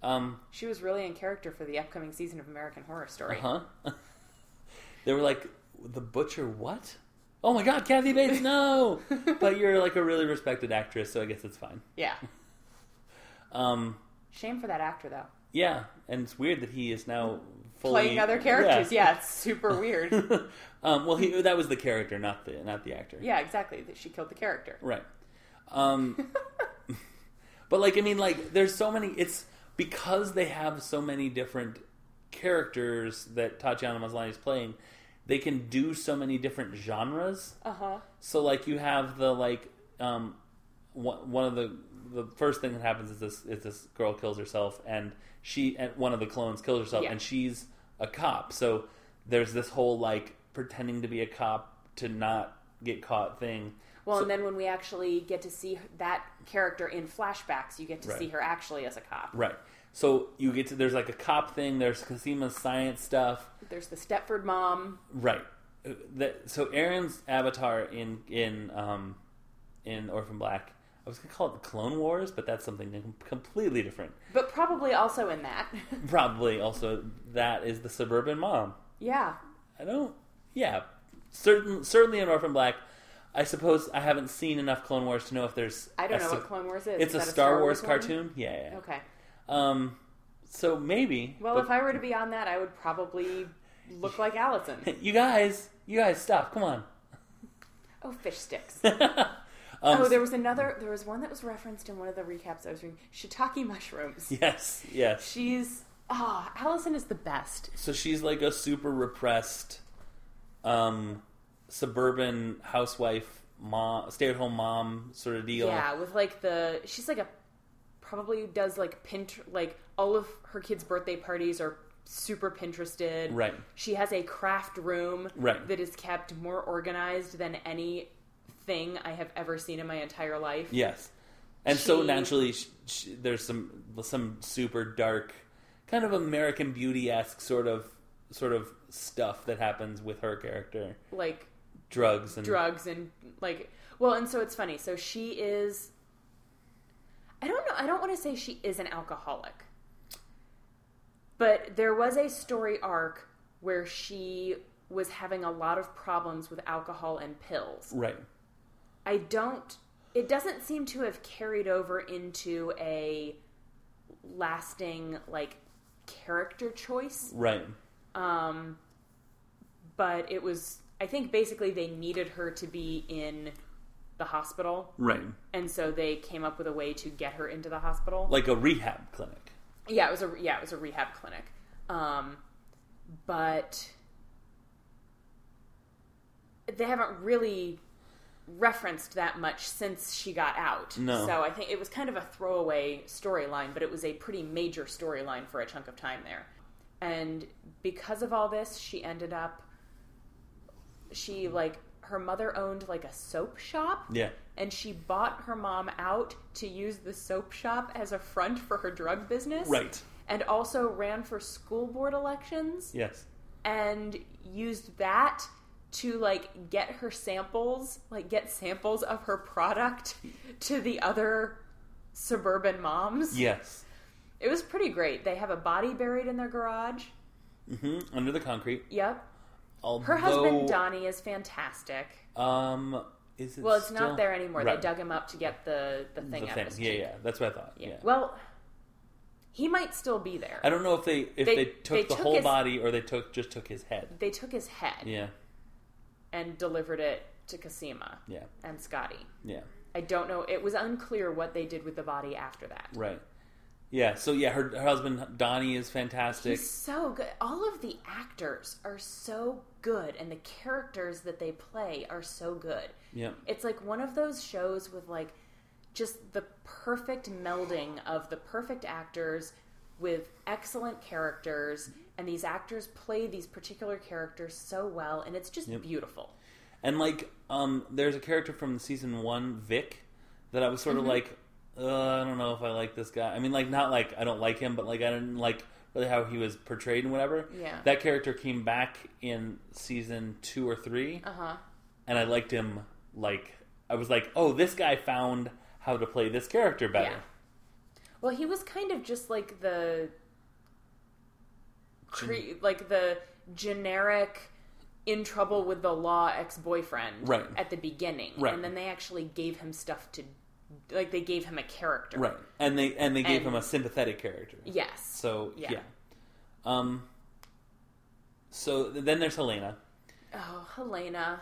Speaker 2: Um,
Speaker 3: She was really in character for the upcoming season of American Horror Story.
Speaker 2: huh? uh-huh. they were like, "The butcher, what? Oh my God, Kathy Bates, no!" but you're like a really respected actress, so I guess it's fine.
Speaker 3: Yeah.
Speaker 2: Um,
Speaker 3: Shame for that actor though.
Speaker 2: yeah, and it's weird that he is now fully
Speaker 3: Playing other characters, yeah, it's super weird.
Speaker 2: um, well, he, that was the character, not the not the actor.
Speaker 3: yeah, exactly. That she killed the character.
Speaker 2: Right. Um, but like, I mean, like, there's so many. It's because they have so many different characters that Tatiana Maslany is playing. They can do so many different genres.
Speaker 3: Uh huh.
Speaker 2: So like, you have the like, um, one one of the the first thing that happens is this is this girl kills herself, and she and one of the clones kills herself,
Speaker 3: Yeah.
Speaker 2: and she's a cop. So there's this whole like pretending to be a cop to not get caught thing.
Speaker 3: Well,
Speaker 2: So-
Speaker 3: and then when we actually get to see that character in flashbacks, you get to
Speaker 2: Right.
Speaker 3: see her actually as a cop.
Speaker 2: Right. So you get to there's like a cop thing. There's Casima's science stuff.
Speaker 3: There's the Stepford mom.
Speaker 2: Right. Uh, That so Aaron's avatar in in um in Orphan Black. I was gonna call it the Clone Wars, but that's something com- completely different.
Speaker 3: But probably also in that.
Speaker 2: Probably also that is the suburban mom.
Speaker 3: yeah.
Speaker 2: I don't. Yeah. Certain certainly in Orphan Black. I suppose I haven't seen enough Clone Wars to know if there's.
Speaker 3: I don't
Speaker 2: a
Speaker 3: know
Speaker 2: su-
Speaker 3: what Clone Wars is.
Speaker 2: It's
Speaker 3: Is
Speaker 2: a
Speaker 3: that
Speaker 2: Star, Wars,
Speaker 3: one?
Speaker 2: cartoon. Yeah. yeah, yeah.
Speaker 3: Okay.
Speaker 2: Um. So maybe.
Speaker 3: Well,
Speaker 2: but-
Speaker 3: if I were to be on that, I would probably look like Allison.
Speaker 2: You guys, you guys, stop! Come on.
Speaker 3: Oh, fish sticks.
Speaker 2: um,
Speaker 3: Oh, there was another. There was one that was referenced in one of the recaps I was reading. Shiitake mushrooms.
Speaker 2: yes, yes.
Speaker 3: She's ah, Allison is the best.
Speaker 2: So she's like a super repressed, um, suburban housewife, mom, stay-at-home mom sort of deal.
Speaker 3: Yeah, with like the she's like a probably does like Pinter like all of her kids' birthday parties are super Pinterested.
Speaker 2: Right.
Speaker 3: She has a craft room
Speaker 2: Right.
Speaker 3: that is kept more organized than any thing I have ever seen in my entire life.
Speaker 2: Yes. And so
Speaker 3: She-
Speaker 2: naturally, sh sh there's some some super dark, kind of American Beauty esque sort of sort of stuff that happens with her character,
Speaker 3: Like
Speaker 2: drugs and
Speaker 3: drugs and like well and so it's funny so she is i don't know i don't want to say she is an alcoholic but there was a story arc where she was having a lot of problems with alcohol and pills
Speaker 2: right.
Speaker 3: i don't it doesn't seem to have carried over into a lasting like character choice
Speaker 2: Right.
Speaker 3: um, but it was, I think basically they needed her to be in the hospital.
Speaker 2: Right.
Speaker 3: And so they came up with a way to get her into the hospital.
Speaker 2: Like a rehab clinic.
Speaker 3: yeah, it was a, yeah, it was a rehab clinic. Um, but they haven't really referenced that much since she got out.
Speaker 2: No.
Speaker 3: So I think it was kind of a throwaway storyline, but it was a pretty major storyline for a chunk of time there. And because of all this, she ended up she like her mother owned like a soap shop
Speaker 2: Yeah.
Speaker 3: and she bought her mom out to use the soap shop as a front for her drug business.
Speaker 2: Right.
Speaker 3: And also ran for school board elections
Speaker 2: Yes.
Speaker 3: and used that to like get her samples, like get samples of her product to the other suburban moms.
Speaker 2: Yes.
Speaker 3: It was pretty great. They have a body buried in their garage.
Speaker 2: hmm Under the concrete.
Speaker 3: Yep.
Speaker 2: Although,
Speaker 3: Her husband Donnie is fantastic.
Speaker 2: Um, is it
Speaker 3: Well, it's
Speaker 2: still-
Speaker 3: not there anymore.
Speaker 2: Right.
Speaker 3: They dug him up to get the the
Speaker 2: the
Speaker 3: thing
Speaker 2: thing.
Speaker 3: out of his
Speaker 2: Yeah,
Speaker 3: cheek.
Speaker 2: yeah, that's what I thought. Yeah.
Speaker 3: Well, he might still be there.
Speaker 2: I don't know if they if
Speaker 3: They-
Speaker 2: they,
Speaker 3: they
Speaker 2: took the
Speaker 3: took
Speaker 2: whole
Speaker 3: his-
Speaker 2: body or they took just took his head.
Speaker 3: They took his head
Speaker 2: Yeah,
Speaker 3: and delivered it to Kasima
Speaker 2: yeah,
Speaker 3: and Scotty.
Speaker 2: yeah.
Speaker 3: I don't know. It was unclear what they did with the body after that.
Speaker 2: Right. Yeah. So yeah, her, her husband Donnie is fantastic.
Speaker 3: He's so good. All of the actors are so good, and the characters that they play are so good.
Speaker 2: Yeah.
Speaker 3: It's like one of those shows with like just the perfect melding of the perfect actors with excellent characters and these actors play these particular characters so well and it's just beautiful
Speaker 2: And like, um, there's a character from season one, Vic, that I was sort
Speaker 3: Mm-hmm.
Speaker 2: of like, uh, I don't know if I like this guy. I mean, like, not like I don't like him, but like I didn't like really how he was portrayed and whatever.
Speaker 3: Yeah.
Speaker 2: That character came back in season two or three,
Speaker 3: uh-huh
Speaker 2: and I liked him. Like, I was like, oh, this guy found how to play this character better.
Speaker 3: Yeah. Well, he was kind of just like the tre- like the generic in trouble with the law ex-boyfriend
Speaker 2: Right.
Speaker 3: at the beginning.
Speaker 2: Right.
Speaker 3: And then they actually gave him stuff to like they gave him a character.
Speaker 2: Right. And they and they gave
Speaker 3: And-
Speaker 2: him a sympathetic character.
Speaker 3: Yes.
Speaker 2: So yeah.
Speaker 3: Yeah.
Speaker 2: Um. So then there's Helena.
Speaker 3: Oh, Helena.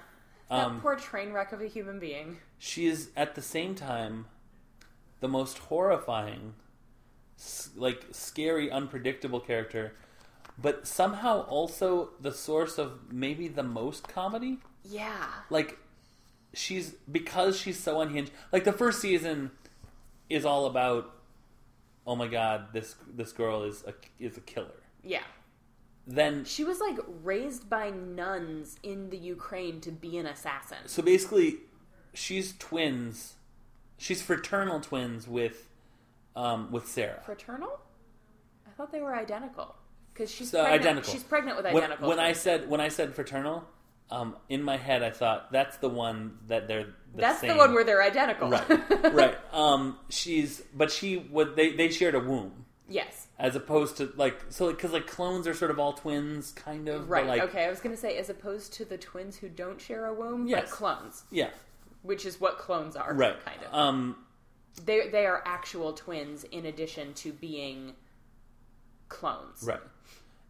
Speaker 3: That
Speaker 2: Um,
Speaker 3: poor train wreck of a human being.
Speaker 2: she is at the same time the most horrifying s- like scary unpredictable character but somehow also the source of maybe the most comedy
Speaker 3: Yeah.
Speaker 2: like she's because she's so unhinged like the first season is all about oh my god this this girl is a is a killer
Speaker 3: Yeah.
Speaker 2: then
Speaker 3: She was like raised by nuns in the Ukraine to be an assassin.
Speaker 2: so basically she's twins she's fraternal twins with um with Sarah
Speaker 3: Fraternal? I thought they were identical. Because she's
Speaker 2: So,
Speaker 3: pregnant.
Speaker 2: uh, identical.
Speaker 3: She's pregnant with
Speaker 2: when,
Speaker 3: identical.
Speaker 2: when I
Speaker 3: twins.
Speaker 2: said when I said fraternal, um, in my head I thought that's the one that they're the
Speaker 3: That's the
Speaker 2: same."
Speaker 3: one where they're identical.
Speaker 2: right right. Um, she's but she would they they shared a womb
Speaker 3: yes.
Speaker 2: as opposed to like so because like clones are sort of all twins kind of but,
Speaker 3: Right.
Speaker 2: like,
Speaker 3: okay. I was going to say, as opposed to the twins who don't share a womb,
Speaker 2: Yes.
Speaker 3: but clones,
Speaker 2: yeah
Speaker 3: which is what clones are.
Speaker 2: right
Speaker 3: Kind of.
Speaker 2: um
Speaker 3: they they are actual twins in addition to being clones.
Speaker 2: right.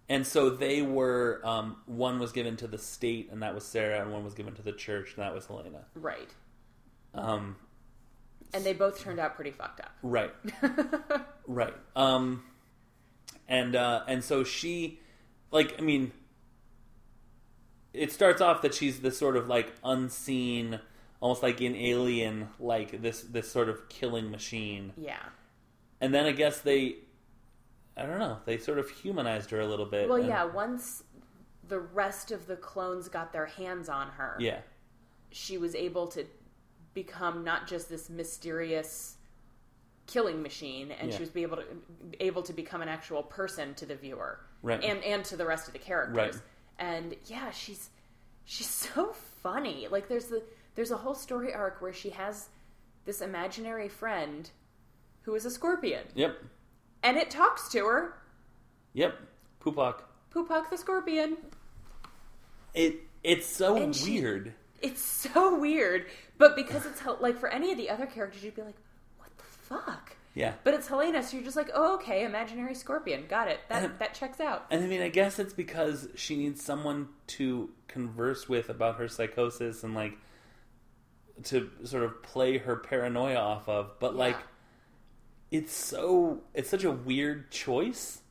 Speaker 2: And so they were. Um, one was given to the state, and that was Sarah, and one was given to the church, and that was Helena.
Speaker 3: Right.
Speaker 2: Um,
Speaker 3: And they both turned out pretty fucked up.
Speaker 2: Right. right. Um and uh and so she like I mean it starts off that she's this sort of like unseen almost like an alien like this this sort of killing machine.
Speaker 3: Yeah.
Speaker 2: And then I guess they I don't know, they sort of humanized her a little bit.
Speaker 3: Well,
Speaker 2: and-
Speaker 3: yeah. Once the rest of the clones got their hands on her,
Speaker 2: Yeah.
Speaker 3: she was able to become not just this mysterious killing machine and
Speaker 2: Yeah.
Speaker 3: she was be able to able to become an actual person to the viewer
Speaker 2: Right.
Speaker 3: and and to the rest of the characters
Speaker 2: Right.
Speaker 3: and yeah she's she's so funny like there's the there's a whole story arc where she has this imaginary friend who is a scorpion
Speaker 2: Yep.
Speaker 3: and it talks to her
Speaker 2: Yep. Poopak.
Speaker 3: Poopak the scorpion
Speaker 2: It it's so
Speaker 3: And she-
Speaker 2: weird.
Speaker 3: it's so weird but because it's hel- like for any of the other characters you'd be like what the fuck
Speaker 2: yeah.
Speaker 3: But it's Helena, so you're just like, oh, okay, imaginary scorpion. Got it. That that checks out.
Speaker 2: And I mean, I guess it's because she needs someone to converse with about her psychosis and like to sort of play her paranoia off of. But
Speaker 3: Yeah.
Speaker 2: like, it's so it's such a weird choice.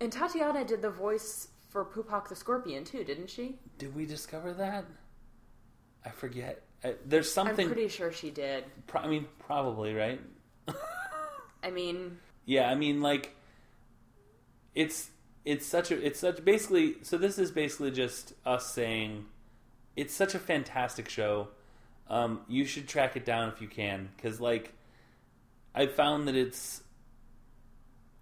Speaker 3: And Tatiana did the voice for Poopak the scorpion too, didn't she?
Speaker 2: Did we discover that? I forget. I, there's
Speaker 3: I'm
Speaker 2: something.
Speaker 3: pretty sure she did.
Speaker 2: pro- I mean, probably right.
Speaker 3: I mean,
Speaker 2: Yeah, I mean, like, it's it's such a it's such basically. So this is basically just us saying, it's such a fantastic show. Um, you should track it down if you can, because like, I found that it's.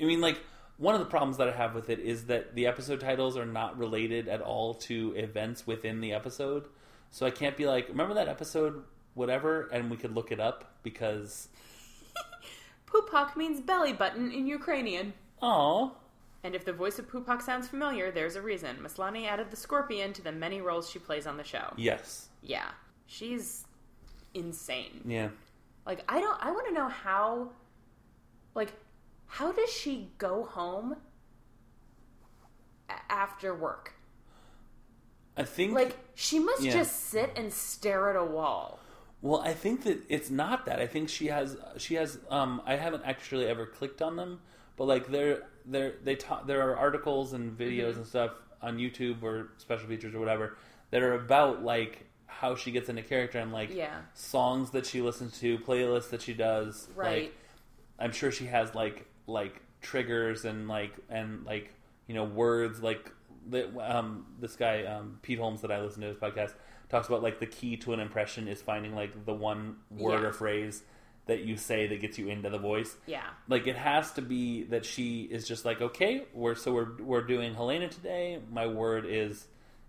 Speaker 2: I mean, like, one of the problems that I have with it is that the episode titles are not related at all to events within the episode, so I can't be like, remember that episode, whatever, and we could look it up because,
Speaker 3: Poopak means belly button in Ukrainian.
Speaker 2: oh,
Speaker 3: And if the voice of Poopak sounds familiar, there's a reason. Maslani added the scorpion to the many roles she plays on the show.
Speaker 2: yes,
Speaker 3: Yeah. She's insane.
Speaker 2: yeah.
Speaker 3: Like I don't I want to know how like how does she go home a- after work?
Speaker 2: I think
Speaker 3: Like she must
Speaker 2: Yeah.
Speaker 3: just sit and stare at a wall.
Speaker 2: well, I think that it's not that. I think she has she has um I haven't actually ever clicked on them, but like there there they ta- there are
Speaker 3: Mm-hmm.
Speaker 2: articles and videos and stuff on YouTube or special features or whatever that are about like how she gets into character and like
Speaker 3: Yeah.
Speaker 2: songs that she listens to, playlists that she does.
Speaker 3: Right.
Speaker 2: Like, I'm sure she has like like triggers and like and like you know words like that. Um, this guy um, Pete Holmes that I listen to his podcast talks about like the key to an impression is finding like the one word
Speaker 3: Yeah.
Speaker 2: or phrase that you say that gets you into the voice
Speaker 3: yeah.
Speaker 2: like it has to be that she is just like okay we're so we're we're doing helena today my word is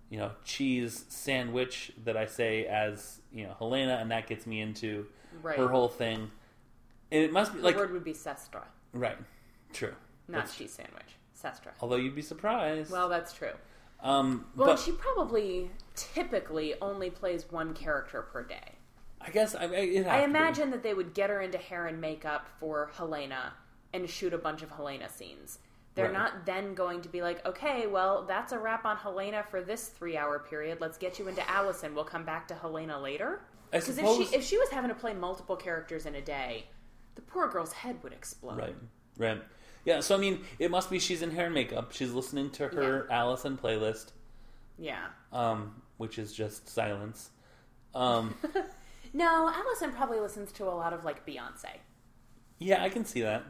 Speaker 2: you know cheese sandwich that i say as you know helena and that gets me into
Speaker 3: Right.
Speaker 2: her whole thing and it must be like
Speaker 3: the word would be sestra,
Speaker 2: right true
Speaker 3: not
Speaker 2: That's-
Speaker 3: cheese sandwich. Sestra.
Speaker 2: although you'd be surprised
Speaker 3: Well, that's true.
Speaker 2: um
Speaker 3: Well,
Speaker 2: but
Speaker 3: and she probably typically only plays one character per day.
Speaker 2: i guess i, I, it'd have
Speaker 3: I
Speaker 2: to be.
Speaker 3: imagine that they would get her into hair and makeup for Helena and shoot a bunch of Helena scenes. They're
Speaker 2: Right.
Speaker 3: not then going to be like, okay, well, that's a wrap on Helena for this three hour period. Let's get you into Allison. We'll come back to Helena later.
Speaker 2: I
Speaker 3: Because
Speaker 2: suppose
Speaker 3: if she, if she was having to play multiple characters in a day, the poor girl's head would explode.
Speaker 2: Right. Right. Yeah, so I mean, it must be she's in hair and makeup. She's listening to her Allison playlist,
Speaker 3: Yeah.
Speaker 2: um, which is just silence. Um,
Speaker 3: No, Allison probably listens to a lot of like Beyonce
Speaker 2: yeah, I can see that.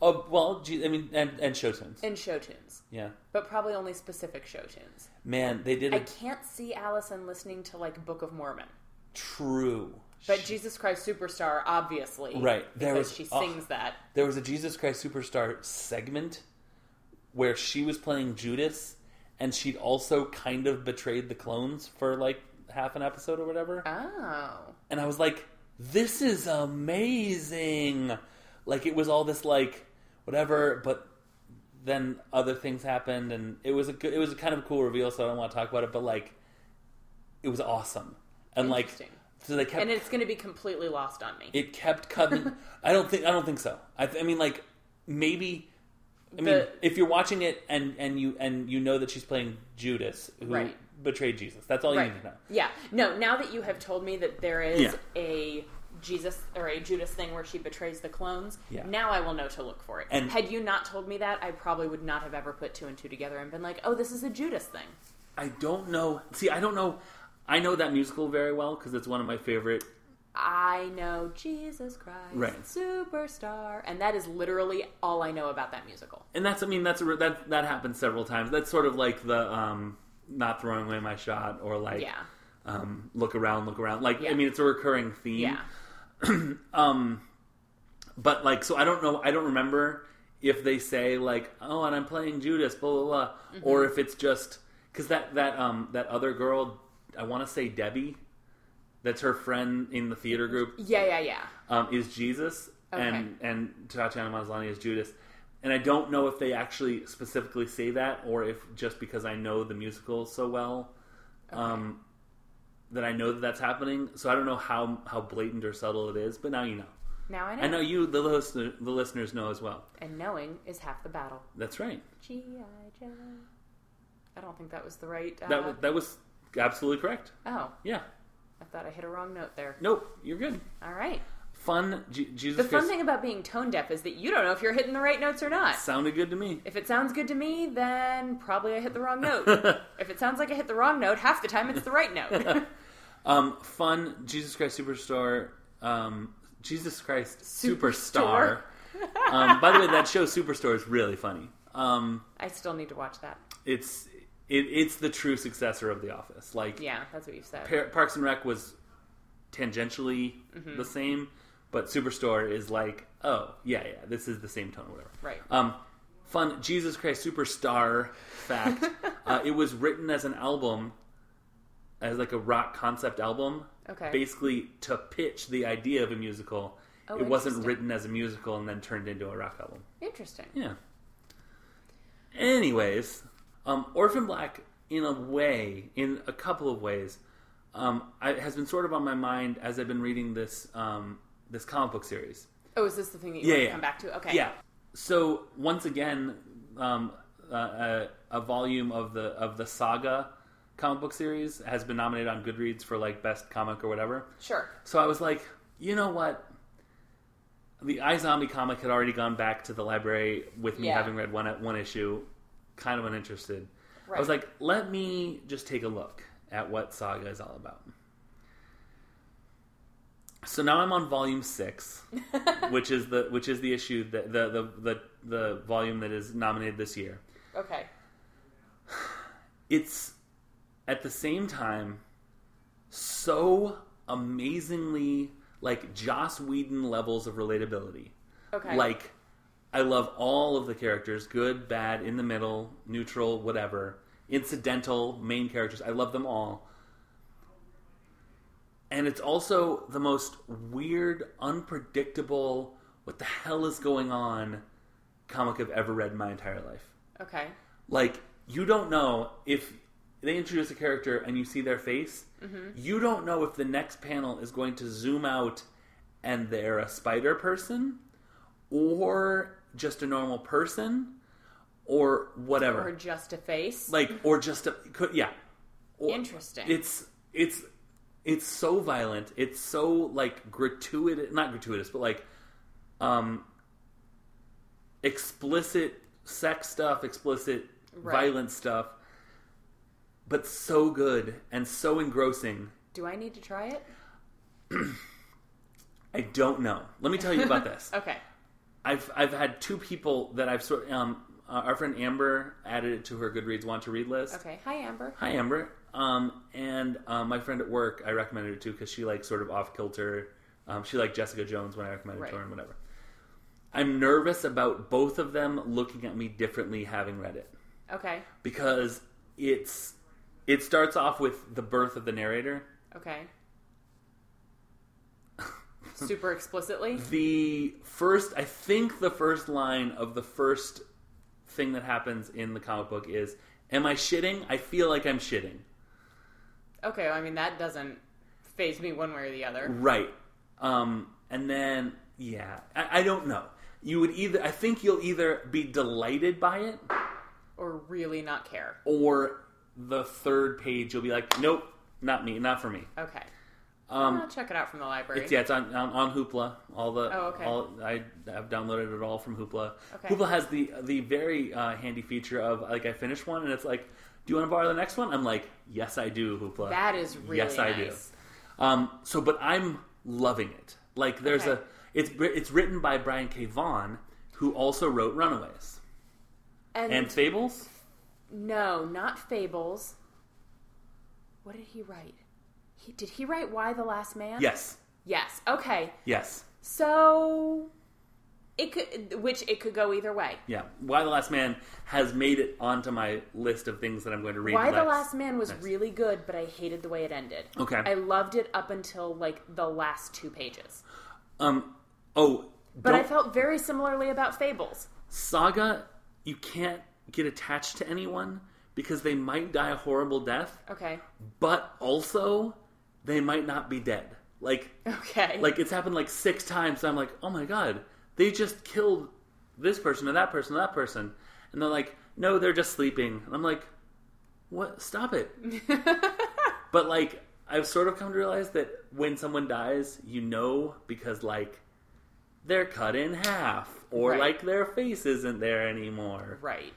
Speaker 2: Oh well, gee, I mean, and and show tunes.
Speaker 3: and show tunes,
Speaker 2: Yeah,
Speaker 3: but probably only specific show tunes.
Speaker 2: man, they did
Speaker 3: I
Speaker 2: a
Speaker 3: can't see Allison listening to like Book of Mormon.
Speaker 2: true.
Speaker 3: But Jesus Christ Superstar, obviously,
Speaker 2: Right, there
Speaker 3: Because
Speaker 2: was-
Speaker 3: she
Speaker 2: oh.
Speaker 3: sings that.
Speaker 2: There was a Jesus Christ Superstar segment where she was playing Judas, and she'd also kind of betrayed the clones for like half an episode or whatever.
Speaker 3: Oh,
Speaker 2: and I was like, "This is amazing!" Like it was all this like whatever, but then other things happened, and it was a good, it was a kind of a cool reveal. So I don't want to talk about it, but like it was awesome, and like
Speaker 3: Interesting.
Speaker 2: so they kept
Speaker 3: and it's going to be completely lost on me.
Speaker 2: it kept coming. I don't think I don't think so. I, th- I mean, like maybe. I mean,
Speaker 3: The-
Speaker 2: if you're watching it and, and you and you know that she's playing Judas, who
Speaker 3: Right.
Speaker 2: betrayed Jesus, that's all you
Speaker 3: right?
Speaker 2: need to know.
Speaker 3: Yeah. No. Now that you have told me that there is
Speaker 2: Yeah.
Speaker 3: a Jesus or a Judas thing where she betrays the clones,
Speaker 2: Yeah.
Speaker 3: now I will know to look for it.
Speaker 2: And-
Speaker 3: had you not told me that, I probably would not have ever put two and two together and been like, "Oh, this is a Judas thing."
Speaker 2: I don't know. See, I don't know. I know that musical very well because it's one of my favorite.
Speaker 3: I know Jesus Christ
Speaker 2: Right.
Speaker 3: Superstar, and that is literally all I know about that musical.
Speaker 2: And that's, I mean, that's a, re- that that happens several times. That's sort of like the um, not throwing away my shot, or like
Speaker 3: Yeah.
Speaker 2: um, look around, look around. Like, I
Speaker 3: Yeah.
Speaker 2: mean, it's a recurring theme.
Speaker 3: Yeah.
Speaker 2: But like, so I don't know. I don't remember if they say like, oh, and I'm playing Judas, blah blah blah, or if it's just because that that um that other girl, I want to say Debbie, that's her friend in the theater group.
Speaker 3: Yeah. Yeah. Yeah.
Speaker 2: um, is Jesus, and and Tatiana Maslany is Judas. And I don't know if they actually specifically say that, or if just because I know the musical so well, um, that I know that that's happening. So I don't know how how blatant or subtle it is, but now you know.
Speaker 3: Now I know.
Speaker 2: I know you, the listener, the listeners know as well.
Speaker 3: And knowing is half the battle.
Speaker 2: That's right.
Speaker 3: G.I. Joe. I don't think that was the right. Uh,
Speaker 2: That wa- that was absolutely correct.
Speaker 3: oh,
Speaker 2: Yeah.
Speaker 3: I thought I hit a wrong note there.
Speaker 2: Nope. You're good.
Speaker 3: All right.
Speaker 2: Fun. J- Jesus
Speaker 3: The fun
Speaker 2: Christ
Speaker 3: thing about being tone deaf is that you don't know if you're hitting the right notes or not.
Speaker 2: sounded good to me.
Speaker 3: If it sounds good to me, then probably I hit the wrong note. if it sounds like I hit the wrong note, half the time it's the right note.
Speaker 2: Um, fun Jesus Christ Superstar. Um, Jesus Christ Superstar. um, by the way, that show Superstore is really funny. Um,
Speaker 3: I still need to watch that.
Speaker 2: it's it, it's the true successor of The Office. Like
Speaker 3: Yeah, that's what you've said.
Speaker 2: Par- Parks and Rec was tangentially
Speaker 3: Mm-hmm.
Speaker 2: the same, but Superstore is like, oh yeah, yeah, this is the same tone, whatever.
Speaker 3: Right.
Speaker 2: Um, fun Jesus Christ Superstar fact: uh, it was written as an album, as like a rock concept album.
Speaker 3: Okay.
Speaker 2: Basically, to pitch the idea of a musical.
Speaker 3: Oh,
Speaker 2: it wasn't
Speaker 3: interesting.
Speaker 2: written as a musical and then turned into a rock album.
Speaker 3: Interesting.
Speaker 2: Yeah. Anyways, um, Orphan Black, in a way, in a couple of ways, um, I, has been sort of on my mind as I've been reading this um, this comic book series.
Speaker 3: Oh, is this the thing that you
Speaker 2: Yeah,
Speaker 3: want to
Speaker 2: yeah.
Speaker 3: come back to? Okay.
Speaker 2: Yeah. So once again, um, uh, a, a volume of the of the Saga comic book series has been nominated on Goodreads for like best comic or whatever.
Speaker 3: Sure.
Speaker 2: So I was like, you know what? The iZombie comic had already gone back to the library with me
Speaker 3: Yeah.
Speaker 2: having read one one issue, kind of uninterested. I
Speaker 3: Right.
Speaker 2: was like, let me just take a look at what Saga is all about. So now I'm on volume six, which is the which is the issue that the the, the the volume that is nominated this year.
Speaker 3: Okay.
Speaker 2: It's at the same time so amazingly like Joss Whedon levels of relatability.
Speaker 3: Okay.
Speaker 2: Like, I love all of the characters good, bad, in the middle, neutral, whatever, incidental, main characters. I love them all. And it's also the most weird, unpredictable, what the hell is going on comic I've ever read in my entire life.
Speaker 3: Okay.
Speaker 2: Like, you don't know if they introduce a character and you see their face, you don't know if the next panel is going to zoom out and they're a spider person or just a normal person or whatever.
Speaker 3: Or just a face.
Speaker 2: like, or just a, could, yeah. Or-
Speaker 3: Interesting.
Speaker 2: It's, it's, it's so violent. It's so, like, gratuitous, not gratuitous, but like, um, explicit sex stuff, explicit
Speaker 3: Right.
Speaker 2: violent stuff, but so good and so engrossing.
Speaker 3: Do I need to try it?
Speaker 2: I don't know. Let me tell you about this.
Speaker 3: Okay.
Speaker 2: I've I've had two people that I've sort um uh, our friend Amber added it to her Goodreads want to read list.
Speaker 3: Okay. Hi, Amber.
Speaker 2: Hi Amber. Um and um, my friend at work I recommended it to because she like sort of off kilter. Um, she liked Jessica Jones when I recommended it to
Speaker 3: Right.
Speaker 2: her and whatever. I'm nervous about both of them looking at me differently having read it.
Speaker 3: Okay.
Speaker 2: because it's it starts off with the birth of the narrator.
Speaker 3: Okay. Super explicitly.
Speaker 2: The first, I think, the first line of the first thing that happens in the comic book is, "Am I shitting? I feel like I'm shitting."
Speaker 3: Okay. I mean, that doesn't phase me one way or the other.
Speaker 2: Right. Um, and then, yeah, I, I don't know. You would either, I think, you'll either be delighted by it,
Speaker 3: Or really not care.
Speaker 2: or the third page, you'll be like, "Nope, not me, not for me."
Speaker 3: Okay.
Speaker 2: Um,
Speaker 3: I'll check it out from the library.
Speaker 2: It's, yeah, it's on, on on Hoopla. All the
Speaker 3: Oh, okay.
Speaker 2: all I I've downloaded it all from Hoopla.
Speaker 3: Okay.
Speaker 2: Hoopla has the the very uh, handy feature of like I finish one and it's like, do you want to borrow the next one? I'm like, yes, I do. Hoopla.
Speaker 3: That is really
Speaker 2: yes, I
Speaker 3: nice.
Speaker 2: do. Um, so, but I'm loving it. Like, there's
Speaker 3: Okay.
Speaker 2: a it's wri- it's written by Brian K. Vaughan, who also wrote Runaways
Speaker 3: And,
Speaker 2: and Fables.
Speaker 3: no, not Fables. What did he write? He, did he write Why the Last Man?
Speaker 2: Yes,
Speaker 3: Yes. Okay.
Speaker 2: yes,
Speaker 3: So it could, which it could go either way.
Speaker 2: yeah. Why the Last Man has made it onto my list of things that I'm going to read.
Speaker 3: Why the
Speaker 2: next.
Speaker 3: Last Man was really good, but I hated the way it ended.
Speaker 2: Okay.
Speaker 3: I loved it up until like the last two pages.
Speaker 2: Um. Oh.
Speaker 3: But I
Speaker 2: don't-
Speaker 3: felt very similarly about Fables.
Speaker 2: Saga, you can't get attached to anyone because they might die a horrible death,
Speaker 3: Okay.
Speaker 2: but also they might not be dead. Like
Speaker 3: Okay.
Speaker 2: like it's happened like six times. I'm like, oh my god, they just killed this person or that person or that person, and they're like, no, they're just sleeping. And I'm like, what? Stop it. but like, I've sort of come to realize that when someone dies, you know because like they're cut in half or
Speaker 3: Right.
Speaker 2: like their face isn't there anymore.
Speaker 3: right.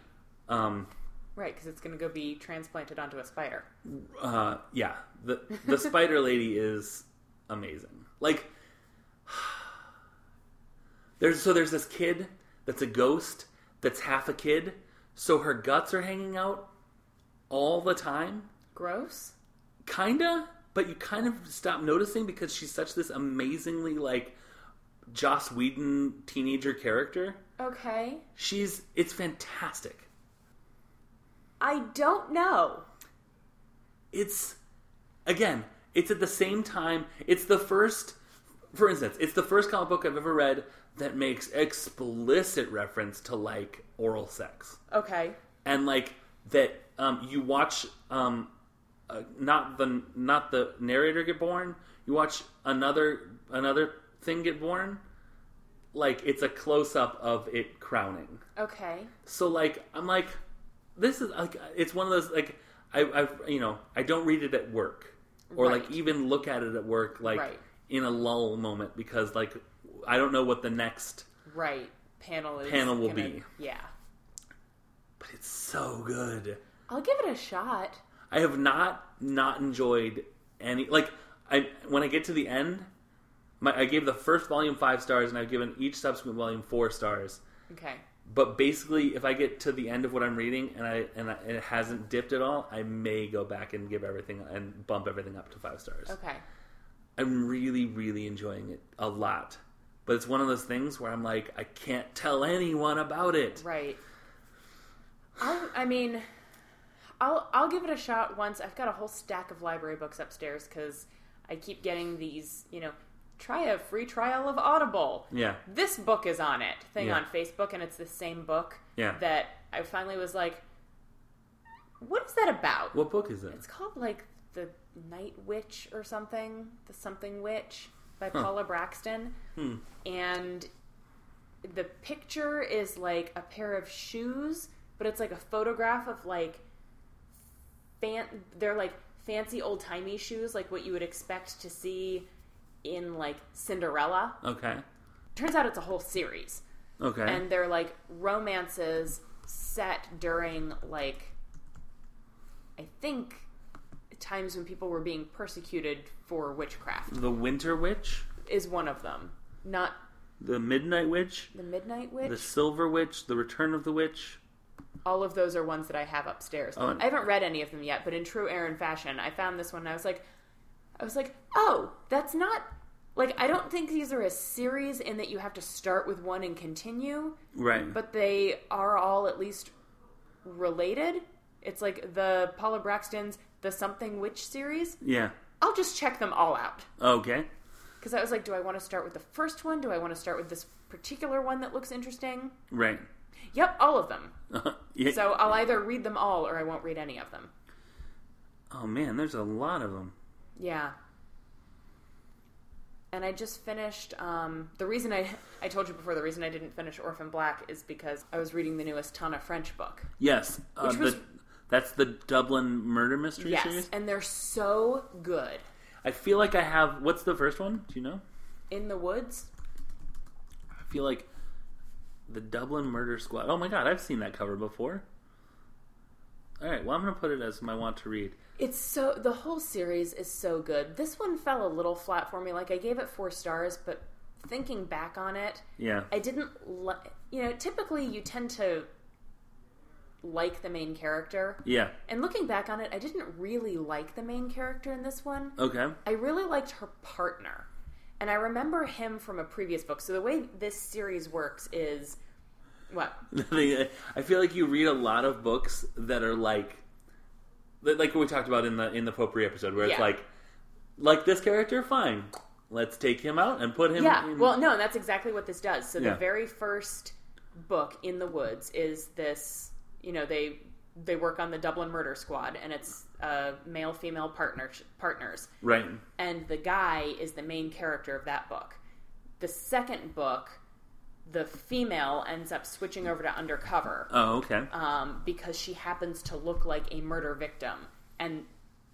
Speaker 2: Um,
Speaker 3: Right, because it's going to go be transplanted onto a spider.
Speaker 2: uh, yeah, the the spider lady is amazing. Like, there's so there's this kid that's a ghost that's half a kid, so her guts are hanging out all the time,
Speaker 3: Gross.
Speaker 2: kinda. But you kind of stop noticing because she's such this amazingly like Joss Whedon teenager character.
Speaker 3: Okay.
Speaker 2: She's it's fantastic.
Speaker 3: I don't know.
Speaker 2: it's again it's at the same time it's the first for instance it's the first comic book i've ever read that makes explicit reference to like oral sex
Speaker 3: Okay.
Speaker 2: and like that um, you watch um, uh, not the not the narrator get born you watch another another thing get born like it's a close-up of it crowning
Speaker 3: Okay.
Speaker 2: so like I'm like, this is like it's one of those like I I you know I don't read it at work or like
Speaker 3: Right.
Speaker 2: even look at it at work like
Speaker 3: Right.
Speaker 2: in a lull moment because like I don't know what the next
Speaker 3: Right. Panel is
Speaker 2: Panel will
Speaker 3: gonna-
Speaker 2: be.
Speaker 3: Yeah.
Speaker 2: but it's so good.
Speaker 3: I'll give it a shot.
Speaker 2: I have not not enjoyed any like I when I get to the end, my, I gave the first volume five stars and I've given each subsequent volume four stars.
Speaker 3: Okay.
Speaker 2: But basically, if I get to the end of what I'm reading and I and, I, and it hasn't dipped at all, I may go back and give everything and bump everything up to five stars.
Speaker 3: Okay.
Speaker 2: I'm really, really enjoying it a lot. But it's one of those things where I'm like, I can't tell anyone about it.
Speaker 3: Right. I'll, I mean, I'll I'll give it a shot once. I've got a whole stack of library books upstairs because I keep getting these. You know, try a free trial of Audible.
Speaker 2: Yeah.
Speaker 3: This book is on it thing
Speaker 2: Yeah.
Speaker 3: on Facebook, and it's the same book.
Speaker 2: Yeah.
Speaker 3: That I finally was like, what is that about?
Speaker 2: What book is it?
Speaker 3: It's called like the Night Witch or something, the Something Witch by Paula Braxton, and the picture is like a pair of shoes, but it's like a photograph of like fan. They're like fancy old timey shoes, like what you would expect to see in like Cinderella.
Speaker 2: Okay.
Speaker 3: Turns out it's a whole series
Speaker 2: Okay.
Speaker 3: and they're like romances set during like I think times when people were being persecuted for witchcraft
Speaker 2: the Winter Witch,
Speaker 3: is one of them. Not
Speaker 2: the Midnight Witch,
Speaker 3: the Midnight Witch.
Speaker 2: the Silver Witch, the Return of the Witch.
Speaker 3: All of those are ones that I have upstairs.
Speaker 2: Oh, and-
Speaker 3: I haven't read any of them yet, but in true Aaron fashion, I found this one and I was like I was like, "Oh, that's not like I don't think these are a series in that you have to start with one and continue.
Speaker 2: Right.
Speaker 3: but they are all at least related. It's like the Paula Braxton's The Something Witch series.
Speaker 2: yeah.
Speaker 3: I'll just check them all out.
Speaker 2: Okay.
Speaker 3: Because I was like, do I want to start with the first one? Do I want to start with this particular one that looks interesting?
Speaker 2: Right.
Speaker 3: Yep, all of them.
Speaker 2: yeah.
Speaker 3: So I'll either read them all or I won't read any of them.
Speaker 2: oh man, there's a lot of them.
Speaker 3: Yeah. And I just finished. Um, the reason I I told you before the reason I didn't finish Orphan Black is because I was reading the newest Tana French book.
Speaker 2: Yes. Uh,
Speaker 3: Which was-
Speaker 2: the, that's the Dublin murder mystery
Speaker 3: Yes,
Speaker 2: series.
Speaker 3: and they're so good.
Speaker 2: I feel like I have. What's the first one? Do you know?
Speaker 3: In the woods?
Speaker 2: I feel like the Dublin Murder Squad. Oh my god, I've seen that cover before. All right, well I'm gonna put it as my want to read.
Speaker 3: It's so the whole series is so good. This one fell a little flat for me. Like I gave it 4 stars, but thinking back on it,
Speaker 2: Yeah,
Speaker 3: I didn't li- you know, typically you tend to like the main character.
Speaker 2: yeah,
Speaker 3: And looking back on it, I didn't really like the main character in this one.
Speaker 2: okay,
Speaker 3: I really liked her partner. And I remember him from a previous book. So the way this series works is what?
Speaker 2: I feel like you read a lot of books that are like, that- like what we talked about in the in the potpourri episode, where it's
Speaker 3: Yeah.
Speaker 2: like, like this character, fine, let's take him out and put him.
Speaker 3: Yeah.
Speaker 2: in...
Speaker 3: Well, no, and that's exactly what this does. So
Speaker 2: Yeah.
Speaker 3: the very first book in the woods is this. You know, they they work on the Dublin Murder Squad, and it's uh, male female partner partners,
Speaker 2: right,
Speaker 3: and the guy is the main character of that book. The second book, the female ends up switching over to undercover
Speaker 2: oh okay,
Speaker 3: um, because she happens to look like a murder victim, and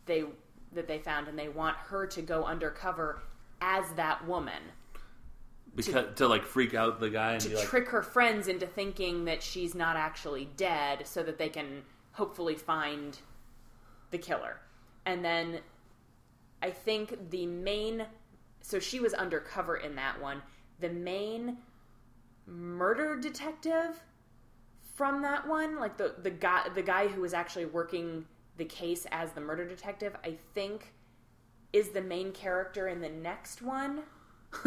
Speaker 3: they that they found, and they want her to go undercover as that woman
Speaker 2: because to, like freak out the guy and
Speaker 3: to
Speaker 2: be like,
Speaker 3: trick her friends into thinking that she's not actually dead so that they can hopefully find the killer. And then I think the main so she was undercover in that one. The main murder detective from that one, like the the guy the guy who was actually working the case as the murder detective, I think is the main character in the next one.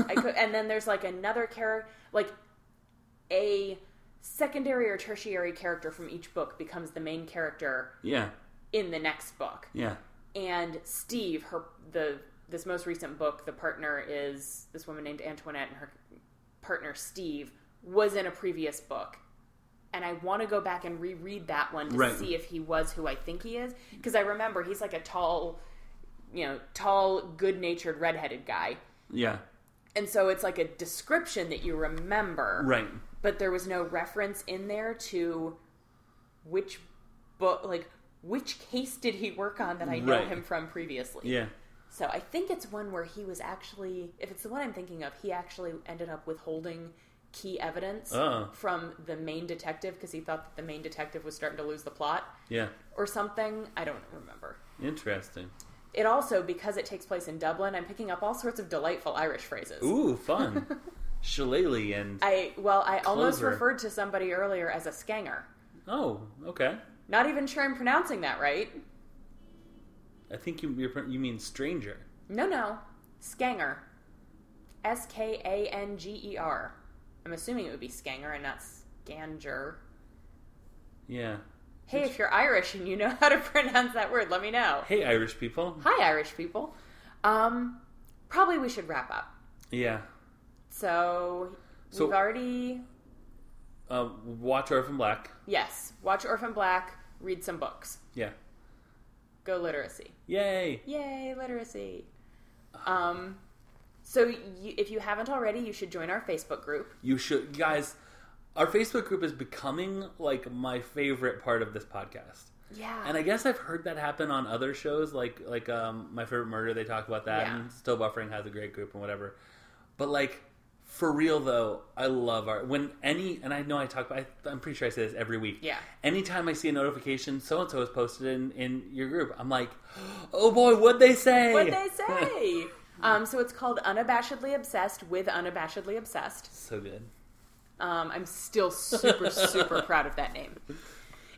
Speaker 3: I could, and then there's like another character, like a secondary or tertiary character from each book becomes the main character
Speaker 2: yeah,
Speaker 3: in the next book.
Speaker 2: yeah,
Speaker 3: And Steve, her the this most recent book, the partner is this woman named Antoinette, and her partner Steve was in a previous book. And I want to go back and reread that one to
Speaker 2: Right.
Speaker 3: see if he was who I think he is, because I remember he's like a tall, you know, tall, good-natured redheaded guy.
Speaker 2: yeah,
Speaker 3: And so it's like a description that you remember.
Speaker 2: right,
Speaker 3: But there was no reference in there to which book, like, which case did he work on that I know
Speaker 2: Right.
Speaker 3: him from previously.
Speaker 2: yeah,
Speaker 3: So I think it's one where he was actually, if it's the one I'm thinking of, he actually ended up withholding key evidence
Speaker 2: Oh.
Speaker 3: from the main detective because he thought that the main detective was starting to lose the plot
Speaker 2: Yeah.
Speaker 3: or something. I don't remember.
Speaker 2: Interesting.
Speaker 3: It also, because it takes place in Dublin, I'm picking up all sorts of delightful Irish phrases.
Speaker 2: Ooh, fun. Shillelagh and
Speaker 3: I well, I almost
Speaker 2: Clover.
Speaker 3: referred to somebody earlier as a scanger.
Speaker 2: oh, okay.
Speaker 3: Not even sure I'm pronouncing that right.
Speaker 2: I think you you're, pro- you mean stranger.
Speaker 3: No, no, scanger. S K A N G E R. I'm assuming it would be scanger and not scanger.
Speaker 2: Yeah.
Speaker 3: Hey, if you're Irish and you know how to pronounce that word, let me know.
Speaker 2: Hey, Irish people.
Speaker 3: Hi, Irish people. Um, probably we should wrap up.
Speaker 2: Yeah.
Speaker 3: So,
Speaker 2: So-
Speaker 3: we've already
Speaker 2: Uh, watch Orphan Black.
Speaker 3: yes, watch Orphan Black, read some books,
Speaker 2: Yeah.
Speaker 3: go literacy.
Speaker 2: Yay.
Speaker 3: Yay, literacy. Um, so you, if you haven't already, you should join our Facebook group.
Speaker 2: You should, guys. Our Facebook group is becoming like my favorite part of this podcast.
Speaker 3: Yeah.
Speaker 2: And I guess I've heard that happen on other shows, like like um, my favorite murder. They talk about that,
Speaker 3: Yeah.
Speaker 2: and Still Buffering has a great group and whatever. But like for real though, I love our when any and I know I talk. I, I'm pretty sure I say this every week.
Speaker 3: Yeah.
Speaker 2: Anytime I see a notification, so and so has posted in in your group. I'm like, oh boy, what they say?
Speaker 3: what they say. um, so it's called Unabashedly Obsessed with Unabashedly Obsessed.
Speaker 2: so good.
Speaker 3: Um, I'm still super, super proud of that name.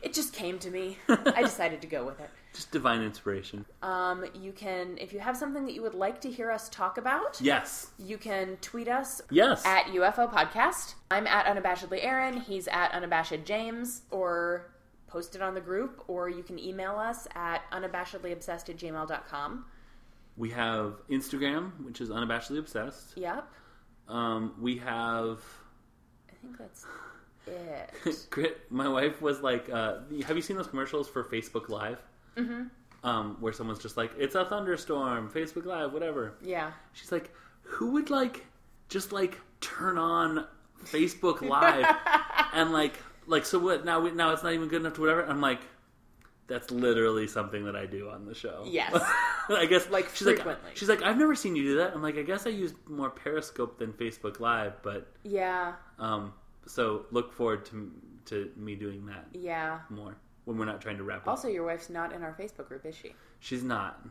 Speaker 3: It just came to me. I decided to go with it.
Speaker 2: Just divine inspiration.
Speaker 3: Um, you can, if you have something that you would like to hear us talk about,
Speaker 2: Yes.
Speaker 3: you can tweet us
Speaker 2: Yes.
Speaker 3: at UFO Podcast. I'm at unabashedly Aaron. He's at unabashed James. Or post it on the group, or you can email us at unabashedlyobsessed at gmail.com.
Speaker 2: we have Instagram, which is unabashedly obsessed.
Speaker 3: Yep.
Speaker 2: Um, we have
Speaker 3: I think that's it.
Speaker 2: Grit, my wife was like, uh, "Have you seen those commercials for Facebook Live?" Mm-hmm. Um, where someone's just like, "It's a thunderstorm, Facebook Live, whatever."
Speaker 3: yeah.
Speaker 2: She's like, "Who would like just like turn on Facebook Live and like like so what now? We, now it's not even good enough to whatever." I'm like, "That's literally something that I do on the show."
Speaker 3: Yes.
Speaker 2: I guess
Speaker 3: Like,
Speaker 2: she's
Speaker 3: frequently.
Speaker 2: like she's like I've never seen you do that. I'm like I guess I use more Periscope than Facebook Live, but
Speaker 3: Yeah.
Speaker 2: um, so look forward to to me doing that
Speaker 3: Yeah.
Speaker 2: more when we're not trying to wrap up.
Speaker 3: Also, your wife's not in our Facebook group, is she?
Speaker 2: she's not,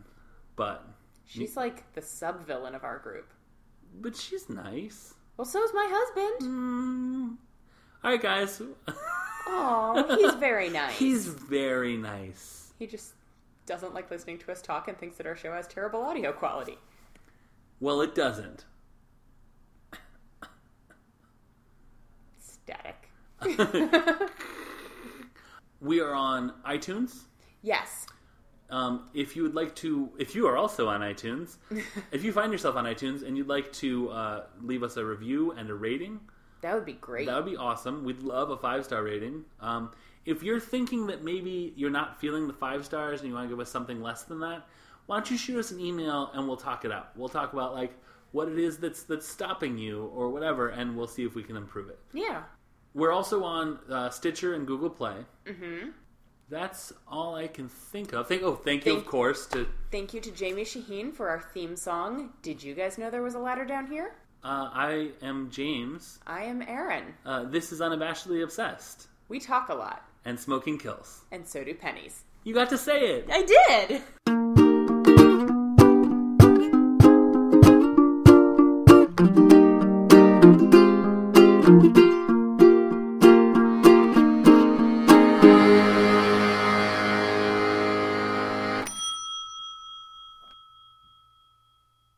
Speaker 2: but
Speaker 3: She's like the sub villain of our group.
Speaker 2: but she's nice.
Speaker 3: Well, so is my husband.
Speaker 2: Mm. All right, guys.
Speaker 3: Oh, he's very nice.
Speaker 2: He's very nice.
Speaker 3: He just doesn't like listening to us talk and thinks that our show has terrible audio quality.
Speaker 2: Well, it doesn't.
Speaker 3: Static.
Speaker 2: We are on iTunes.
Speaker 3: Yes.
Speaker 2: Um, if you would like to, if you are also on iTunes, if you find yourself on iTunes and you'd like to uh, leave us a review and a rating,
Speaker 3: That would be great.
Speaker 2: That would be awesome. We'd love a five star rating. Um, if you're thinking that maybe you're not feeling the five stars and you want to give us something less than that, why don't you shoot us an email and we'll talk it out. We'll talk about like what it is that's that's stopping you or whatever, and we'll see if we can improve it.
Speaker 3: yeah.
Speaker 2: We're also on uh, Stitcher and Google Play. Mm-hmm. That's all I can think of. Thank oh, thank you of
Speaker 3: Thank-
Speaker 2: course to.
Speaker 3: Thank you to Jamie Shaheen for our theme song. Did you guys know there was a ladder down here?
Speaker 2: Uh, I am James.
Speaker 3: I am Aaron.
Speaker 2: Uh, this is unabashedly obsessed,
Speaker 3: We talk a lot,
Speaker 2: and smoking kills.
Speaker 3: and so do pennies.
Speaker 2: You got to say it.
Speaker 3: I did!